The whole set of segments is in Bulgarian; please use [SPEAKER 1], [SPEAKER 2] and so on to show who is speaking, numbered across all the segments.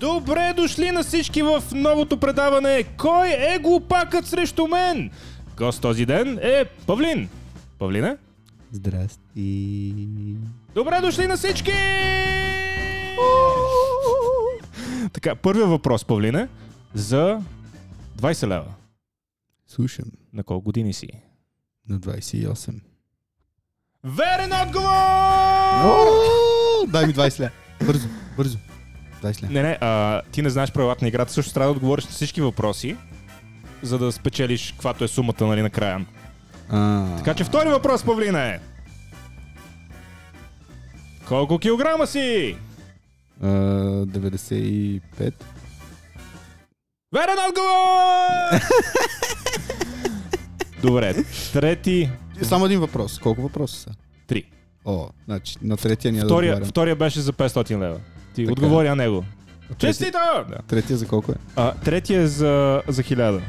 [SPEAKER 1] Добре дошли на всички в новото предаване Кой е глупакът срещу мен? Гост този ден е Павлин. Павлина?
[SPEAKER 2] Здрасти.
[SPEAKER 1] Добре дошли на всички! така, първият въпрос, Павлина, за 20 лева.
[SPEAKER 2] Слушам
[SPEAKER 1] На колко години си?
[SPEAKER 2] на 28.
[SPEAKER 1] Верен отговор!
[SPEAKER 2] О, Дай ми 20 ля. Бързо, бързо. 20 ля.
[SPEAKER 1] Не, не, а, ти не знаеш правилата на играта, също трябва да отговориш на всички въпроси, за да спечелиш каквато е сумата нали, накрая.
[SPEAKER 2] А,
[SPEAKER 1] Така че втори въпрос, Павлина е. Колко килограма си?
[SPEAKER 2] а, 95.
[SPEAKER 1] Верен отговор! Добре, трети,
[SPEAKER 2] Само един въпрос. Колко въпроса са?
[SPEAKER 1] три.
[SPEAKER 2] О, значи на третия няма да
[SPEAKER 1] Втория,
[SPEAKER 2] отговарям.
[SPEAKER 1] втория беше за 500 лева. Ти
[SPEAKER 2] Така.
[SPEAKER 1] отговори на него.
[SPEAKER 2] Трети-
[SPEAKER 1] Честито! Да.
[SPEAKER 2] Третия за колко е?
[SPEAKER 1] А, третия е за, за 1000.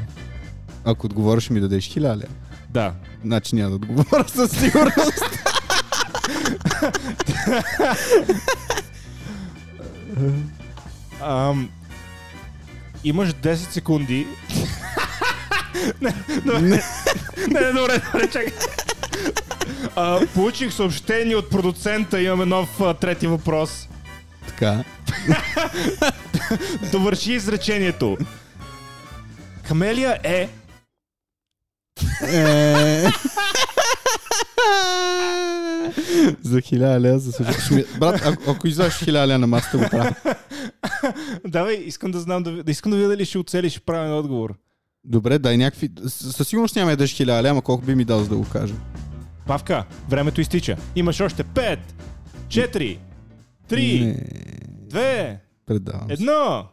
[SPEAKER 2] Ако отговориш ми дадеш 1000 ля.
[SPEAKER 1] Да.
[SPEAKER 2] Значи няма да отговоря със сигурност.
[SPEAKER 1] Ам, имаш 10 секунди. не, добре. не, не, добре, добре, чакай. А, получих съобщение от продуцента, имаме нов а, трети въпрос.
[SPEAKER 2] така.
[SPEAKER 1] Довърши изречението. Камелия е...
[SPEAKER 2] Е. за 1000 ля за служба. Ще ми- Брат, ако, ако излезеш 1000 ля на масата, го правя.
[SPEAKER 1] Давай, искам да знам, да, ви- да искам да видя дали ще оцелиш правилен отговор.
[SPEAKER 2] Добре, дай някакви... С- Със сигурност няма да дадеш 1000 ля, ама колко би ми дал, за да го кажа.
[SPEAKER 1] Павка, времето изтича. Имаш още 5, 4, 3,
[SPEAKER 2] Не,
[SPEAKER 1] 2,
[SPEAKER 2] предавам. се.
[SPEAKER 1] 1.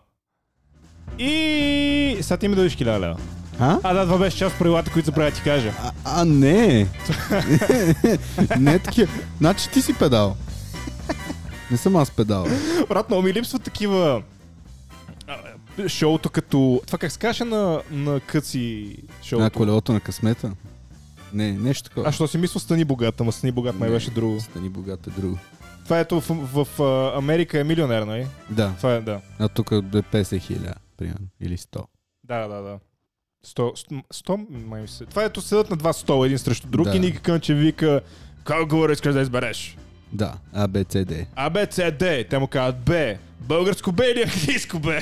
[SPEAKER 1] И... Сега ти ми дадеш 1000 лева.
[SPEAKER 2] А?
[SPEAKER 1] А, да, това беше част от правилата, които забравя да ти кажа.
[SPEAKER 2] А, а не! не е такива. Значи ти си педал. Не съм аз педал.
[SPEAKER 1] Брат, много ми липсват такива а, шоуто като... Това как се каже на, на къци шоуто?
[SPEAKER 2] А колелото на късмета. Не, нещо такова.
[SPEAKER 1] А що си мисля, стани богат, ама стани богат май
[SPEAKER 2] Не.
[SPEAKER 1] беше друго.
[SPEAKER 2] Стани богат е друго.
[SPEAKER 1] Това ето в, в, в а, Америка е милионер, нали?
[SPEAKER 2] Да,
[SPEAKER 1] Това е, да.
[SPEAKER 2] а тук е 50 хиляда, примерно. Или 100.
[SPEAKER 1] Да, да, да. Сто, сто, сто май ми се. Това ето седят на два стола един срещу друг
[SPEAKER 2] Да.
[SPEAKER 1] и Ники Кънче вика Кой говори искаш да избереш?
[SPEAKER 2] Да, А, Б, С, Д.
[SPEAKER 1] А, Б, С, Д. Те му казват Б. Българско Б или английско Б?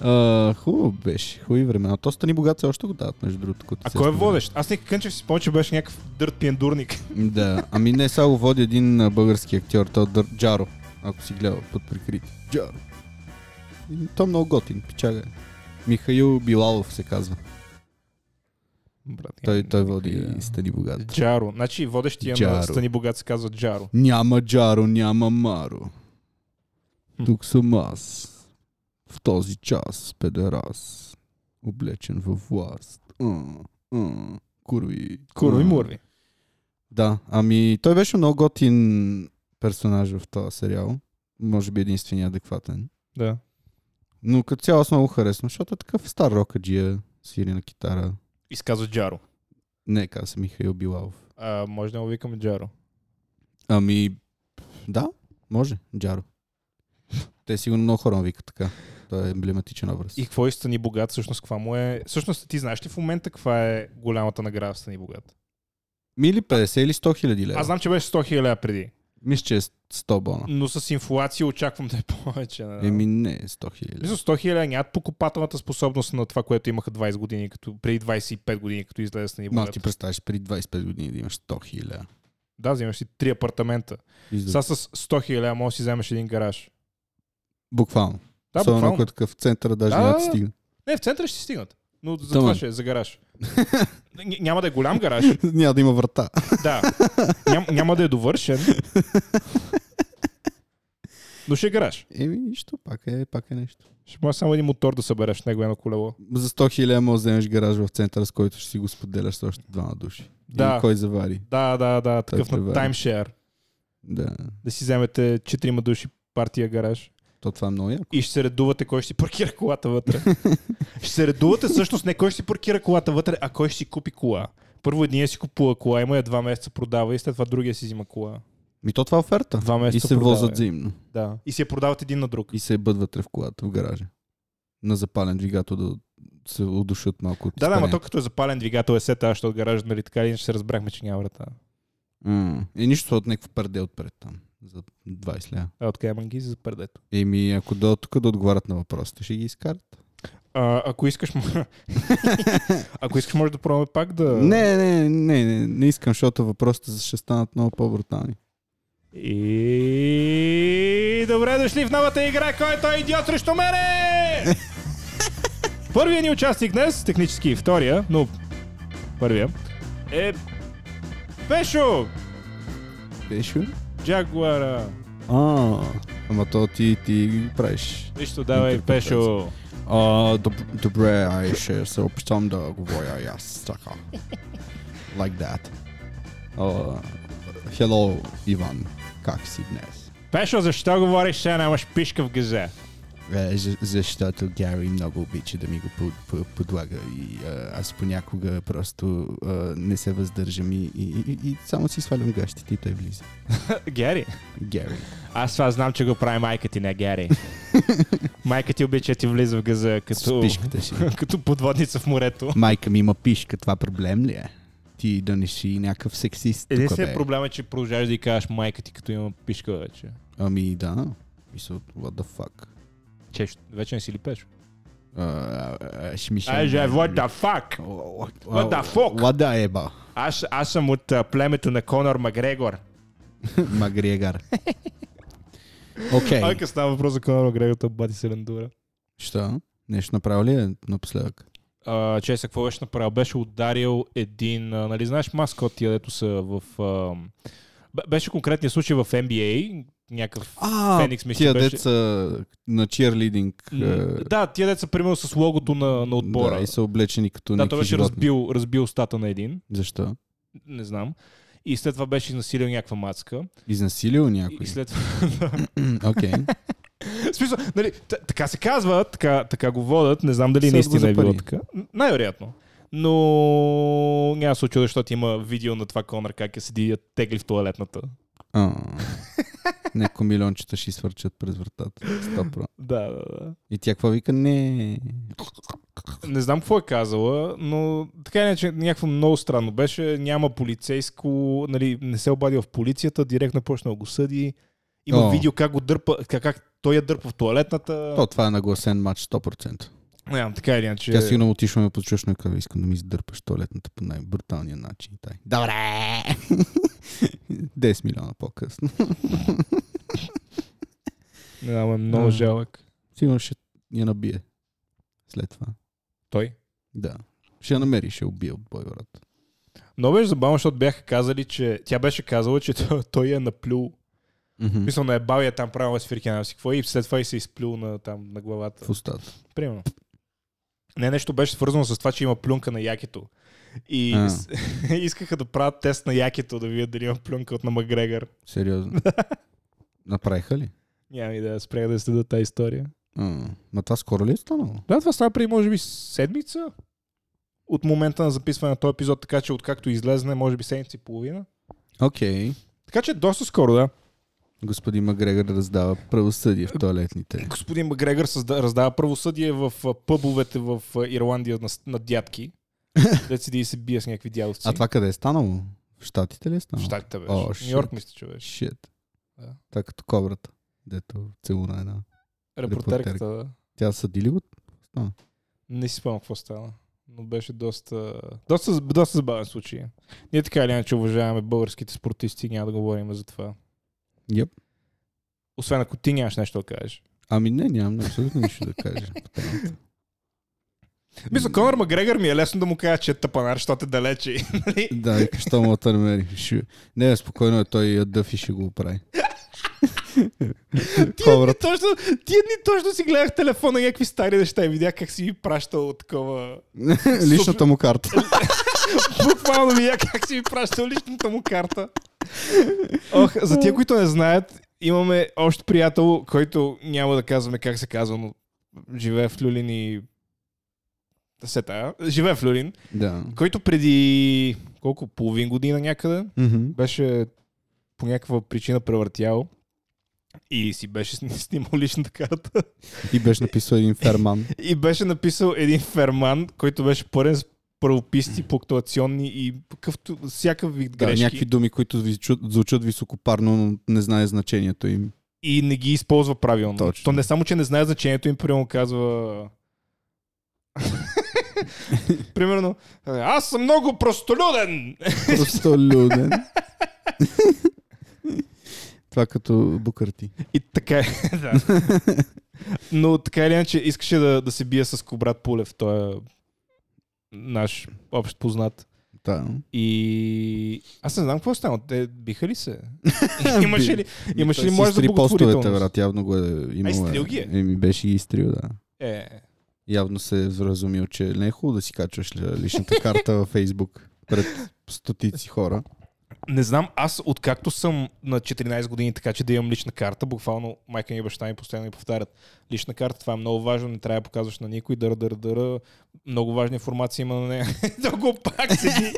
[SPEAKER 2] А, Хубаво беше, хубави времена. То Стани богат все още го дават, между другото. като
[SPEAKER 1] А
[SPEAKER 2] се
[SPEAKER 1] кой е
[SPEAKER 2] спомена.
[SPEAKER 1] водещ? Аз Ники Кънче си спомня, че беше някакъв дърт пиендурник.
[SPEAKER 2] Да, ами не, сега го води един а, български актьор, то Дър... Джаро, ако си гледал под прикрити. Джаро. И Той е много готин, пичага. е. Михаил Билалов се казва.
[SPEAKER 1] Брат,
[SPEAKER 2] Той,
[SPEAKER 1] я-
[SPEAKER 2] той води
[SPEAKER 1] я-
[SPEAKER 2] Стани богат.
[SPEAKER 1] Джаро. Значи водещия на
[SPEAKER 2] Джаро.
[SPEAKER 1] Стани Богат се казва Джаро.
[SPEAKER 2] Няма Джаро, няма Маро. Тук съм аз. В този час, педерас. Облечен във власт. А, а, Курви.
[SPEAKER 1] Курви е.
[SPEAKER 2] А.
[SPEAKER 1] мурви.
[SPEAKER 2] Да, ами той беше много готин персонаж в този сериал. Може би единствения адекватен.
[SPEAKER 1] Да.
[SPEAKER 2] Но като цяло аз много харесвам, защото е такъв стар рокаджия, свири на китара.
[SPEAKER 1] И се казва Джаро.
[SPEAKER 2] Не, каза се Михаил Билалов.
[SPEAKER 1] А, може да му викаме Джаро.
[SPEAKER 2] Ами, да, може, Джаро. Те сигурно много хора му викат така. Той е емблематичен образ.
[SPEAKER 1] И какво е Стани Богат? Всъщност, каква му е... Всъщност, ти знаеш ли в момента каква е голямата награда в Стани Богат?
[SPEAKER 2] Мили 50 или 100 хиляди лева.
[SPEAKER 1] Аз знам, че беше 100 000 преди,
[SPEAKER 2] Мисля, че е 100 бона.
[SPEAKER 1] но с инфлация очаквам да е повече. Не?
[SPEAKER 2] Еми не, 100 хиляди.
[SPEAKER 1] Мисля, 100 000 нямат покупателната способност на това, което имаха 20 години, като, преди 25 години, като излезе Стани
[SPEAKER 2] Ма
[SPEAKER 1] Богат.
[SPEAKER 2] ти представиш при 25 години да имаш 100 хиляди.
[SPEAKER 1] Да, взимаш си 3 апартамента. Сега с 100 000 може да си вземеш един гараж.
[SPEAKER 2] Буквално.
[SPEAKER 1] Да,
[SPEAKER 2] Особено
[SPEAKER 1] буквално.
[SPEAKER 2] ако е такъв в центъра, даже
[SPEAKER 1] Да,
[SPEAKER 2] няма да ти
[SPEAKER 1] да, да.
[SPEAKER 2] стигне.
[SPEAKER 1] Не, в центъра ще стигнат. Но за
[SPEAKER 2] Тъмън.
[SPEAKER 1] това ще е, за гараж. Ня- няма да е голям гараж.
[SPEAKER 2] няма да има врата.
[SPEAKER 1] Да. Ням, няма да е довършен. Но ще е гараж.
[SPEAKER 2] Еми нищо, пак е, пак е нещо.
[SPEAKER 1] Ще може само един мотор да събереш в него едно колело.
[SPEAKER 2] За 100 хиляди можеш да вземеш гараж в центъра, с който ще си го споделяш с още двама души.
[SPEAKER 1] Да.
[SPEAKER 2] Или кой завари.
[SPEAKER 1] Да, да, да. Такъв
[SPEAKER 2] Той
[SPEAKER 1] на
[SPEAKER 2] превари.
[SPEAKER 1] таймшер.
[SPEAKER 2] Да.
[SPEAKER 1] Да си вземете четирима души партия гараж.
[SPEAKER 2] То това е много яко.
[SPEAKER 1] И ще се редувате кой ще си паркира колата вътре. ще се редувате всъщност не кой ще си паркира колата вътре, а кой ще си купи кола. Първо един си купува кола, има я два месеца продава и след това другия си взима кола.
[SPEAKER 2] Ми то това е оферта.
[SPEAKER 1] Два месеца
[SPEAKER 2] и се
[SPEAKER 1] продава,
[SPEAKER 2] возят
[SPEAKER 1] е.
[SPEAKER 2] взаимно.
[SPEAKER 1] Да. И си я продават един на друг.
[SPEAKER 2] И се ебат вътре в колата, в гаража. На запален двигател да се удушат малко от
[SPEAKER 1] Да, да, ама то
[SPEAKER 2] изпарението.
[SPEAKER 1] като е запален двигател е сета, защото от гаража, нали така, или иначе се разбрахме, че няма врата.
[SPEAKER 2] М. И нищо от някакво перде отпред там. За 20 ля.
[SPEAKER 1] А от къде манги за пърдето?
[SPEAKER 2] Еми, ако до тук да отговарят на въпросите, ще ги изкарат.
[SPEAKER 1] А, ако искаш, м- ако искаш, може да пробваме пак да...
[SPEAKER 2] Не, не, не, не, не искам, защото въпросите ще станат много по-брутални.
[SPEAKER 1] И добре дошли в новата игра, който е идиот срещу мене! Първият ни участник днес, технически втория, но първия, е Пешо
[SPEAKER 2] Беше?
[SPEAKER 1] Джагуара.
[SPEAKER 2] А, ама то ти, ти правиш.
[SPEAKER 1] Нищо, давай,
[SPEAKER 2] Интерпретация.
[SPEAKER 1] Пешо.
[SPEAKER 2] А, доб- добре, ай ще се опитам да говоря и аз така. Like that. А, hello, Иван. Как си днес?
[SPEAKER 1] Пешо, защо говориш, сега нямаш пишка в газе?
[SPEAKER 2] Е, за- защото Гари много обича да ми го под, под, подлага и а, аз понякога просто а, не се въздържам и, и, и, и само си свалям гащите и той влиза.
[SPEAKER 1] Гери.
[SPEAKER 2] Гари.
[SPEAKER 1] Аз това знам, че го прави майка ти, не Гери. майка ти обича да ти влиза в газа
[SPEAKER 2] С
[SPEAKER 1] като,
[SPEAKER 2] пишката си.
[SPEAKER 1] като подводница в морето.
[SPEAKER 2] Майка ми има пишка, това проблем ли е? Ти да не си някакъв сексист. тук,
[SPEAKER 1] Единственият
[SPEAKER 2] бе.
[SPEAKER 1] проблем е, че продължаваш да й кажеш майка ти, като има пишка вече.
[SPEAKER 2] Ами да. Мисъл, what the fuck.
[SPEAKER 1] Че, ще- вече не си ли пеш?
[SPEAKER 2] А, а, а, ще ми ще... е.
[SPEAKER 1] Ай, же, what the fuck? What the fuck?
[SPEAKER 2] What the еба?
[SPEAKER 1] Аз, аз съм от а, племето на Конор Макгрегор.
[SPEAKER 2] Магрегар. Окей.
[SPEAKER 1] Ой, къс става въпрос за Конор Макгрегор, той бати се лендура.
[SPEAKER 2] Що? Нещо направи ли е напоследък?
[SPEAKER 1] А, че, сега, какво беше направил? Беше ударил един, а, нали знаеш маскот тия, дето са в... А, бе- беше конкретния случай в NBA, някакъв...
[SPEAKER 2] А,
[SPEAKER 1] Феникс, мисля,
[SPEAKER 2] тия
[SPEAKER 1] беше.
[SPEAKER 2] деца на чирлидинг. е,
[SPEAKER 1] М, Да, тия деца, примерно с логото на, на отбора.
[SPEAKER 2] Да, и са облечени като
[SPEAKER 1] Да, той
[SPEAKER 2] някакви
[SPEAKER 1] беше
[SPEAKER 2] животни.
[SPEAKER 1] разбил, разбил стата на един,
[SPEAKER 2] Защо?
[SPEAKER 1] не знам. И след това беше изнасилил някаква мацка.
[SPEAKER 2] Изнасилил
[SPEAKER 1] И-
[SPEAKER 2] някой?
[SPEAKER 1] И след това...
[SPEAKER 2] Окей.
[SPEAKER 1] В смисъл, нали, т- така се казва, така, така го водят, не знам дали
[SPEAKER 2] Съд го
[SPEAKER 1] наистина
[SPEAKER 2] за
[SPEAKER 1] е било
[SPEAKER 2] пари.
[SPEAKER 1] така. Н- Най-вероятно. Но няма да се очудя, защото има видео на това Конър как я седи и я тегли в туалетната.
[SPEAKER 2] А, Неко милиончета ще свърчат през вратата. Стопро.
[SPEAKER 1] Да, да, да.
[SPEAKER 2] И тя какво вика? Не.
[SPEAKER 1] Не знам какво е казала, но така иначе някакво много странно беше. Няма полицейско, нали, не се обадил в полицията, директно е почнал го съди. Има
[SPEAKER 2] О.
[SPEAKER 1] видео как го дърпа, как, как той я дърпа в туалетната.
[SPEAKER 2] То, това е нагласен матч 100%.
[SPEAKER 1] Нямам, така или иначе.
[SPEAKER 2] Тя сигурно отишла ме подслушна и казва, искам да ми издърпаш туалетната по най-бруталния начин. Тай. Добре! 10 милиона по-късно.
[SPEAKER 1] Не знам, е много
[SPEAKER 2] Да.
[SPEAKER 1] жалък.
[SPEAKER 2] Сигурно ще я набие. След това.
[SPEAKER 1] Той?
[SPEAKER 2] Да. Ще я намери, ще я убие от бой, брат.
[SPEAKER 1] Но беше е забавно, защото бяха казали, че тя беше казала, че той, той я наплюл.
[SPEAKER 2] Мисля,
[SPEAKER 1] Мисля, на ебал я там правила свирки на си какво е, и след това и се изплюл на, там, на главата.
[SPEAKER 2] В устата.
[SPEAKER 1] Примерно. Не, нещо беше свързано с това, че има плюнка на якето. И
[SPEAKER 2] А.
[SPEAKER 1] с- искаха да правят тест на якето, да видят дали има плюнка от на Макгрегор.
[SPEAKER 2] Сериозно. Направиха ли?
[SPEAKER 1] Няма идея, спрях да следа тази история.
[SPEAKER 2] А, Ма това скоро ли е станало?
[SPEAKER 1] Да, това става преди, може би, седмица от момента на записване на този епизод, така че откакто излезне, може би седмица и половина.
[SPEAKER 2] Окей.
[SPEAKER 1] Така че доста скоро, да.
[SPEAKER 2] Господин Макгрегор раздава правосъдие в туалетните.
[SPEAKER 1] Господин Макгрегор създа- раздава правосъдие в а, пъбовете в а, Ирландия на, с- на дядки. Дет седи и се бие с някакви дядовци.
[SPEAKER 2] А това къде е станало? В Штатите ли е станало?
[SPEAKER 1] В Штатите беше.
[SPEAKER 2] О,
[SPEAKER 1] Нью Йорк,
[SPEAKER 2] shit.
[SPEAKER 1] мисля, че беше.
[SPEAKER 2] Шит.
[SPEAKER 1] Да.
[SPEAKER 2] Така като кобрата, дето целуна една.
[SPEAKER 1] Репортерката. да.
[SPEAKER 2] Тя съди ли го?
[SPEAKER 1] Не си спомням какво стана. Но беше доста, доста, доста забавен случай. Ние така или иначе уважаваме българските спортисти, няма да говорим за това.
[SPEAKER 2] Йеп.
[SPEAKER 1] Освен ако ти нямаш нещо да кажеш.
[SPEAKER 2] Ами не, нямам абсолютно нищо да кажа. по темата.
[SPEAKER 1] Мисля, Конор Макгрегор ми е лесно да му кажа, че е тъпанар, защото е далече. нали?
[SPEAKER 2] Да, вика, що му да намери. Ще- Не, спокойно е, той я дъфи ще го оправи.
[SPEAKER 1] Тия дни,
[SPEAKER 2] Кобрата.
[SPEAKER 1] Е, точно, тия дни точно си гледах телефона и някакви стари неща и видях как си ми пращал такова...
[SPEAKER 2] Личната му карта.
[SPEAKER 1] Буквално видях как си ми пращал личната му карта. Ох, за тия, които не знаят, имаме още приятел, който няма да казваме как се казва, но живее в Люлин и... Да Се тая. Живее в Люлин,
[SPEAKER 2] Да.
[SPEAKER 1] който преди колко половин година някъде
[SPEAKER 2] Мгм.
[SPEAKER 1] беше по някаква причина превъртял и си беше сни- снимал личната карта
[SPEAKER 2] И беше написал един ферман.
[SPEAKER 1] и беше написал един ферман, който беше пълен с правописти, пунктуационни и какъвто, всякакъв вид
[SPEAKER 2] Да,
[SPEAKER 1] грешки.
[SPEAKER 2] някакви думи, които ви чу- звучат високопарно, но не знае значението им.
[SPEAKER 1] и не ги използва правилно.
[SPEAKER 2] Точно.
[SPEAKER 1] То не само, че не знае значението им, примерно казва... примерно, аз съм много простолюден!
[SPEAKER 2] Просто люден. Това като букърти.
[SPEAKER 1] И така е, да. Но така или иначе искаше да, да се бие с Кобрат Пулев, той е наш общ познат.
[SPEAKER 2] Да.
[SPEAKER 1] И аз не знам какво е станало. Те биха ли се? имаше ли, имаше ли
[SPEAKER 2] Той си
[SPEAKER 1] може за
[SPEAKER 2] изтри постовете,
[SPEAKER 1] благотворителност?
[SPEAKER 2] брат, явно го е имал.
[SPEAKER 1] изтрил ги е?
[SPEAKER 2] Еми беше ги изтрил, да.
[SPEAKER 1] Е,
[SPEAKER 2] Явно се е вразумил, че не е хубаво да си качваш ли- личната карта във Фейсбук пред стотици хора.
[SPEAKER 1] Не знам, аз откакто съм на 14 години, така че да имам лична карта, буквално майка ми и баща ми постоянно ми повтарят. Лична карта, това е много важно, не трябва да показваш на никой, дъра, дъра, дъра. Много важна информация има на нея. да го пак седи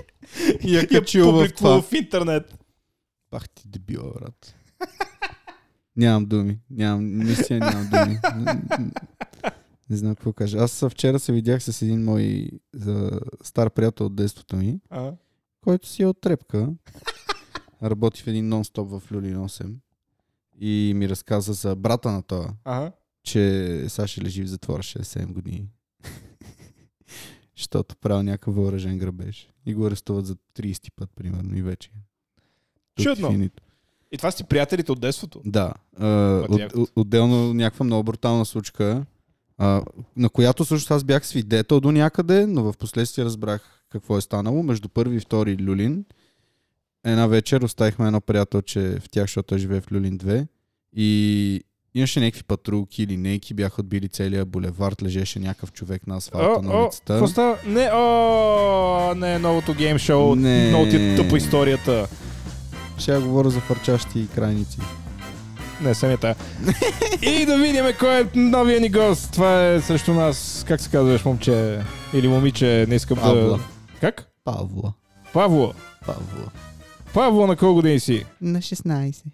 [SPEAKER 2] И я
[SPEAKER 1] и я
[SPEAKER 2] качил Е в
[SPEAKER 1] публикува
[SPEAKER 2] това.
[SPEAKER 1] в интернет.
[SPEAKER 2] Пах ти дебила, брат. Нямам думи. Нямам, наистина нямам думи. М, Не знам какво кажа. Аз вчера се видях с един мой а, стар приятел от детството ми,
[SPEAKER 1] А?
[SPEAKER 2] който си е от трепка. Работи в един нон-стоп в Люлин 8. И ми разказа за брата на това,
[SPEAKER 1] Ага.
[SPEAKER 2] че сега ще лежи в затвора 6-7 години. Защото правил някакъв въоръжен грабеж. И го арестуват за 30 път, примерно, и вече. Тук
[SPEAKER 1] Чудно.
[SPEAKER 2] финито.
[SPEAKER 1] И това си приятелите от детството.
[SPEAKER 2] Да. А,
[SPEAKER 1] Пъти
[SPEAKER 2] от,
[SPEAKER 1] якото.
[SPEAKER 2] от- отделно някаква много брутална случка, а, на която всъщност аз бях свидетел до някъде, но в последствие разбрах какво е станало. Между първи и втори Люлин една вечер оставихме едно приятелче в тях, защото той живее в Люлин 2 и имаше някакви патрулки или нейки, бяха отбили целия булевард, лежеше някакъв човек на асфалта на
[SPEAKER 1] о,
[SPEAKER 2] улицата.
[SPEAKER 1] какво става? Не, о, не е новото гейм шоу.
[SPEAKER 2] Не.
[SPEAKER 1] Много ти е тъпо историята.
[SPEAKER 2] Ще говоря за фърчащи крайници.
[SPEAKER 1] Не, самия тая. И да видим кой е новия ни гост. Това е срещу нас, как се казваш, момче или момиче, не искам
[SPEAKER 2] Павла.
[SPEAKER 1] да... Как?
[SPEAKER 2] Павла.
[SPEAKER 1] Павло.
[SPEAKER 2] Павла.
[SPEAKER 1] Павло, на колко години си?
[SPEAKER 2] На 16.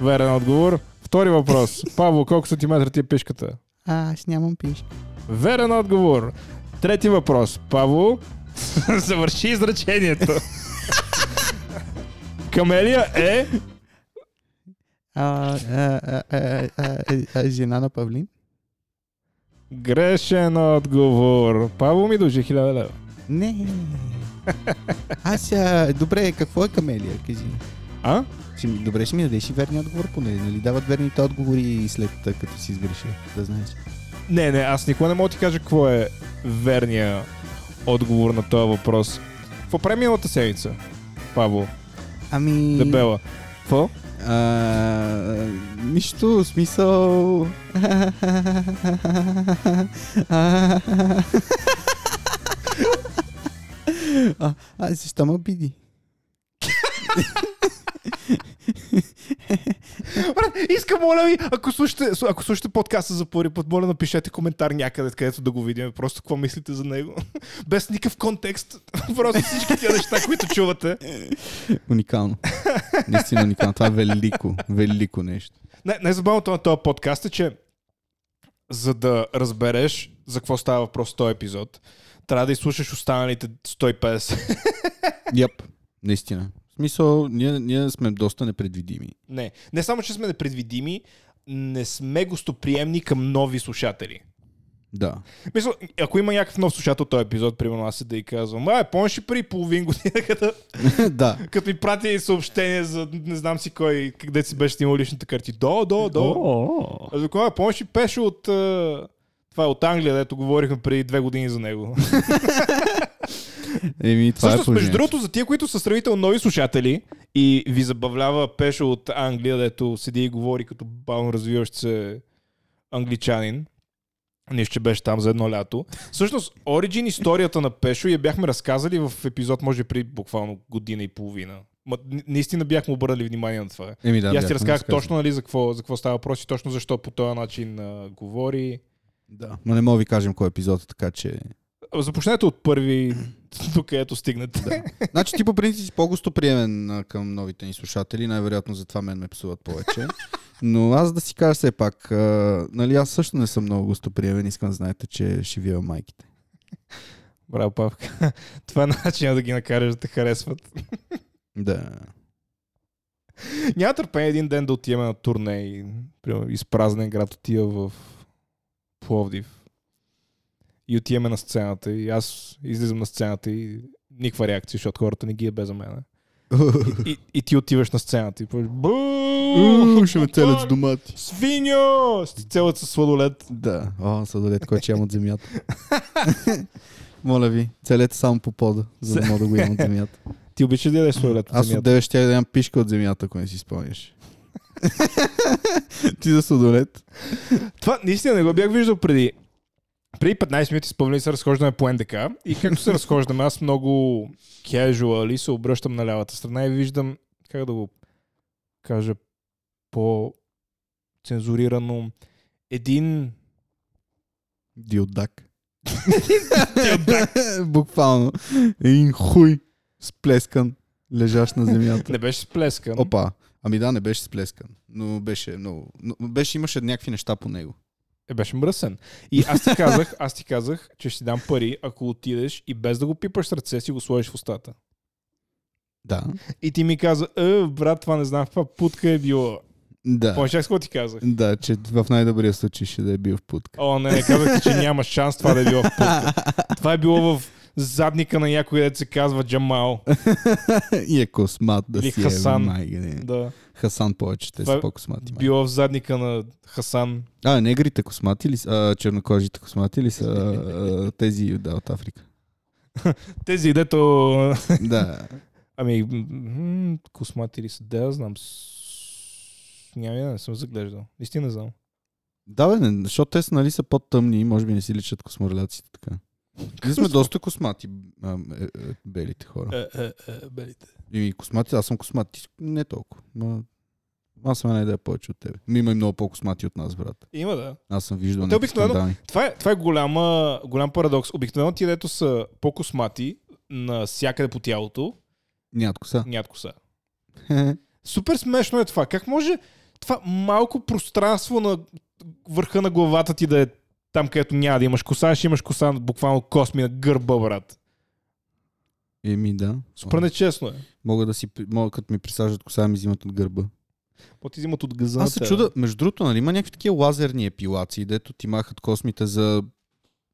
[SPEAKER 1] Верен отговор. Втори въпрос. Павло, колко сантиметра ти е пишката?
[SPEAKER 2] А, аз нямам пиш.
[SPEAKER 1] Верен отговор. Трети въпрос. Павло, завърши изречението. Камелия е...
[SPEAKER 2] А, а, а, а, а, а, жена на Павлин?
[SPEAKER 1] Грешен отговор. Павло ми дължи 1000 лева.
[SPEAKER 2] Не. Аз, а, добре, какво е камелия, кажи?
[SPEAKER 1] А?
[SPEAKER 2] Ще, ми- добре, ще ми дадеш и верния отговор, поне, нали? Дават верните отговори след а, като си изгреши, да знаеш.
[SPEAKER 1] Не, не, аз никога не мога да ти кажа какво е верния отговор на този въпрос. Какво прави миналата седмица, Павло?
[SPEAKER 2] Ами...
[SPEAKER 1] Дебела. Какво?
[SPEAKER 2] А, нищо, в смисъл... А, а защо ме обиди?
[SPEAKER 1] Искам, моля ви, ако слушате, ако слушате подкаста за първи път, моля напишете коментар някъде, където да го видим. Просто какво мислите за него. Без никакъв контекст. Просто всички тия неща, които чувате.
[SPEAKER 2] Уникално. Наистина уникално. Това е велико, велико нещо.
[SPEAKER 1] Най- най-забавното на този подкаст е, че за да разбереш за какво става въпрос в този епизод, трябва да изслушаш останалите 150.
[SPEAKER 2] Яп, наистина. В смисъл, ние, ние сме доста непредвидими.
[SPEAKER 1] Не. Не само, че сме непредвидими, не сме гостоприемни към нови слушатели.
[SPEAKER 2] Да.
[SPEAKER 1] Мисля, ако има някакъв нов слушател този епизод, примерно аз се да и казвам, а, помниш ли преди половин година, като,
[SPEAKER 2] да.
[SPEAKER 1] като ми прати съобщение за не знам си кой, къде си беше снимал личната карти. До, до, до. Аз викам, а, помниш ли пеше от... е, Това е от Англия, дето говорихме преди две години за него.
[SPEAKER 2] Еми, това
[SPEAKER 1] Също,
[SPEAKER 2] е
[SPEAKER 1] между
[SPEAKER 2] положението.
[SPEAKER 1] другото, за тия, които са сравнително нови слушатели и ви забавлява пешо от Англия, дето седи и говори като бавно развиващ се англичанин. Ние ще беше там за едно лято. Всъщност, Origin историята на Пешо я бяхме разказали в епизод, може би, при буквално година и половина. Ма, на- наистина бяхме обърнали внимание на това.
[SPEAKER 2] Еми, да,
[SPEAKER 1] Да, и аз ти
[SPEAKER 2] бяхме
[SPEAKER 1] разказах
[SPEAKER 2] разказали.
[SPEAKER 1] точно нали, за, какво, за какво става въпрос и точно защо по този начин а, говори.
[SPEAKER 2] Да. Но не мога ви кажем кой епизод, е, така че...
[SPEAKER 1] Започнете от първи, до където стигнете. Да.
[SPEAKER 2] Значи ти по принцип си по-гостоприемен а, към новите ни слушатели, най-вероятно затова мен ме псуват повече. Но аз да си кажа все пак, а, нали аз също не съм много гостоприемен, искам да знаете, че ще вия майките.
[SPEAKER 1] Браво, Павка. Това е начинът да ги накараш да те харесват.
[SPEAKER 2] Да.
[SPEAKER 1] Няма търпение един ден да отиваме на турне и примерно, изпразнен град отива в Пловдив. И отиваме на сцената и аз излизам на сцената и никаква реакция, защото хората не ги е без за мен. И, и, и ти отиваш на сцената и повеш
[SPEAKER 2] Уу, Ще ме целят с
[SPEAKER 1] Бу!
[SPEAKER 2] домати.
[SPEAKER 1] Свиньо! С целът със сладолет.
[SPEAKER 2] Да. О, сладолет, който ще имам от земята. Моля ви, целете само по пода, за да мога да го имам от земята.
[SPEAKER 1] Ти обичаш да ядеш сладолет по
[SPEAKER 2] Аз от
[SPEAKER 1] земята.
[SPEAKER 2] деве ще да имам пишка от земята, ако не си спомняш. Ти за сладолет.
[SPEAKER 1] Това наистина не го бях виждал преди. Преди 15 минути спомням се разхождаме по НДК и както се разхождаме, аз много casual се обръщам на лявата страна и виждам, как да го кажа по цензурирано, един
[SPEAKER 2] Диодак. Буквално. Един хуй сплескан, лежащ на земята.
[SPEAKER 1] не беше сплескан.
[SPEAKER 2] Опа. Ами да, не беше сплескан, но беше много. Но беше, имаше някакви неща по него.
[SPEAKER 1] Е, беше мръсен. И аз ти казах, аз ти казах, че ще ти дам пари, ако отидеш и без да го пипаш с ръце си го сложиш в устата.
[SPEAKER 2] Да.
[SPEAKER 1] И ти ми каза, е, брат, това не знам, това путка е било.
[SPEAKER 2] Да.
[SPEAKER 1] Помниш как какво ти казах?
[SPEAKER 2] Да, че в най-добрия случай ще да е бил в путка.
[SPEAKER 1] О, не, не, казах, ти, че няма шанс това да е било в путка. Това е било в задника на някой, дето се казва Джамал.
[SPEAKER 2] И е космат да
[SPEAKER 1] Или
[SPEAKER 2] си
[SPEAKER 1] Хасан.
[SPEAKER 2] е. Майга, не.
[SPEAKER 1] Да.
[SPEAKER 2] Хасан повече, те
[SPEAKER 1] Това
[SPEAKER 2] са
[SPEAKER 1] е
[SPEAKER 2] по-космати. май.
[SPEAKER 1] Било в задника на Хасан.
[SPEAKER 2] А, негрите космати ли са? А, чернокожите космати ли са? А, тези да, от Африка.
[SPEAKER 1] Тези, дето...
[SPEAKER 2] Да.
[SPEAKER 1] Ами, м- м- космати ли са? Да, аз знам. С- Няма, идея, не съм заглеждал. Истина знам.
[SPEAKER 2] Да, бе, не, защото те са, нали, са по-тъмни и може би не си личат косморляците така. Ние сме доста космати, а, е, е, белите хора.
[SPEAKER 1] Белите.
[SPEAKER 2] Ими космати, аз съм космат. Ти си не толкова. Ма... Аз съм една идея повече от тебе. Ми има и много по-космати от нас, брат.
[SPEAKER 1] Има, да.
[SPEAKER 2] Аз съм виждал.
[SPEAKER 1] Те
[SPEAKER 2] някакви
[SPEAKER 1] обикновено-
[SPEAKER 2] скандали.
[SPEAKER 1] Това е, това е голяма, голям парадокс. Обикновено ти, дето са по-космати, навсякъде по тялото,
[SPEAKER 2] Нямат коса.
[SPEAKER 1] нямат коса. Супер смешно е това. Как може това малко пространство на върха на главата ти да е там, където няма да имаш коса, ще имаш коса буквално косми на гърба, брат.
[SPEAKER 2] Еми да.
[SPEAKER 1] Супер нечестно е.
[SPEAKER 2] Мога да си, мога, като ми присаждат коса, ми взимат от гърба.
[SPEAKER 1] По ти взимат от газа. на
[SPEAKER 2] Аз се
[SPEAKER 1] тебе.
[SPEAKER 2] чуда, между другото, нали, има някакви такива лазерни епилации, дето ти махат космите за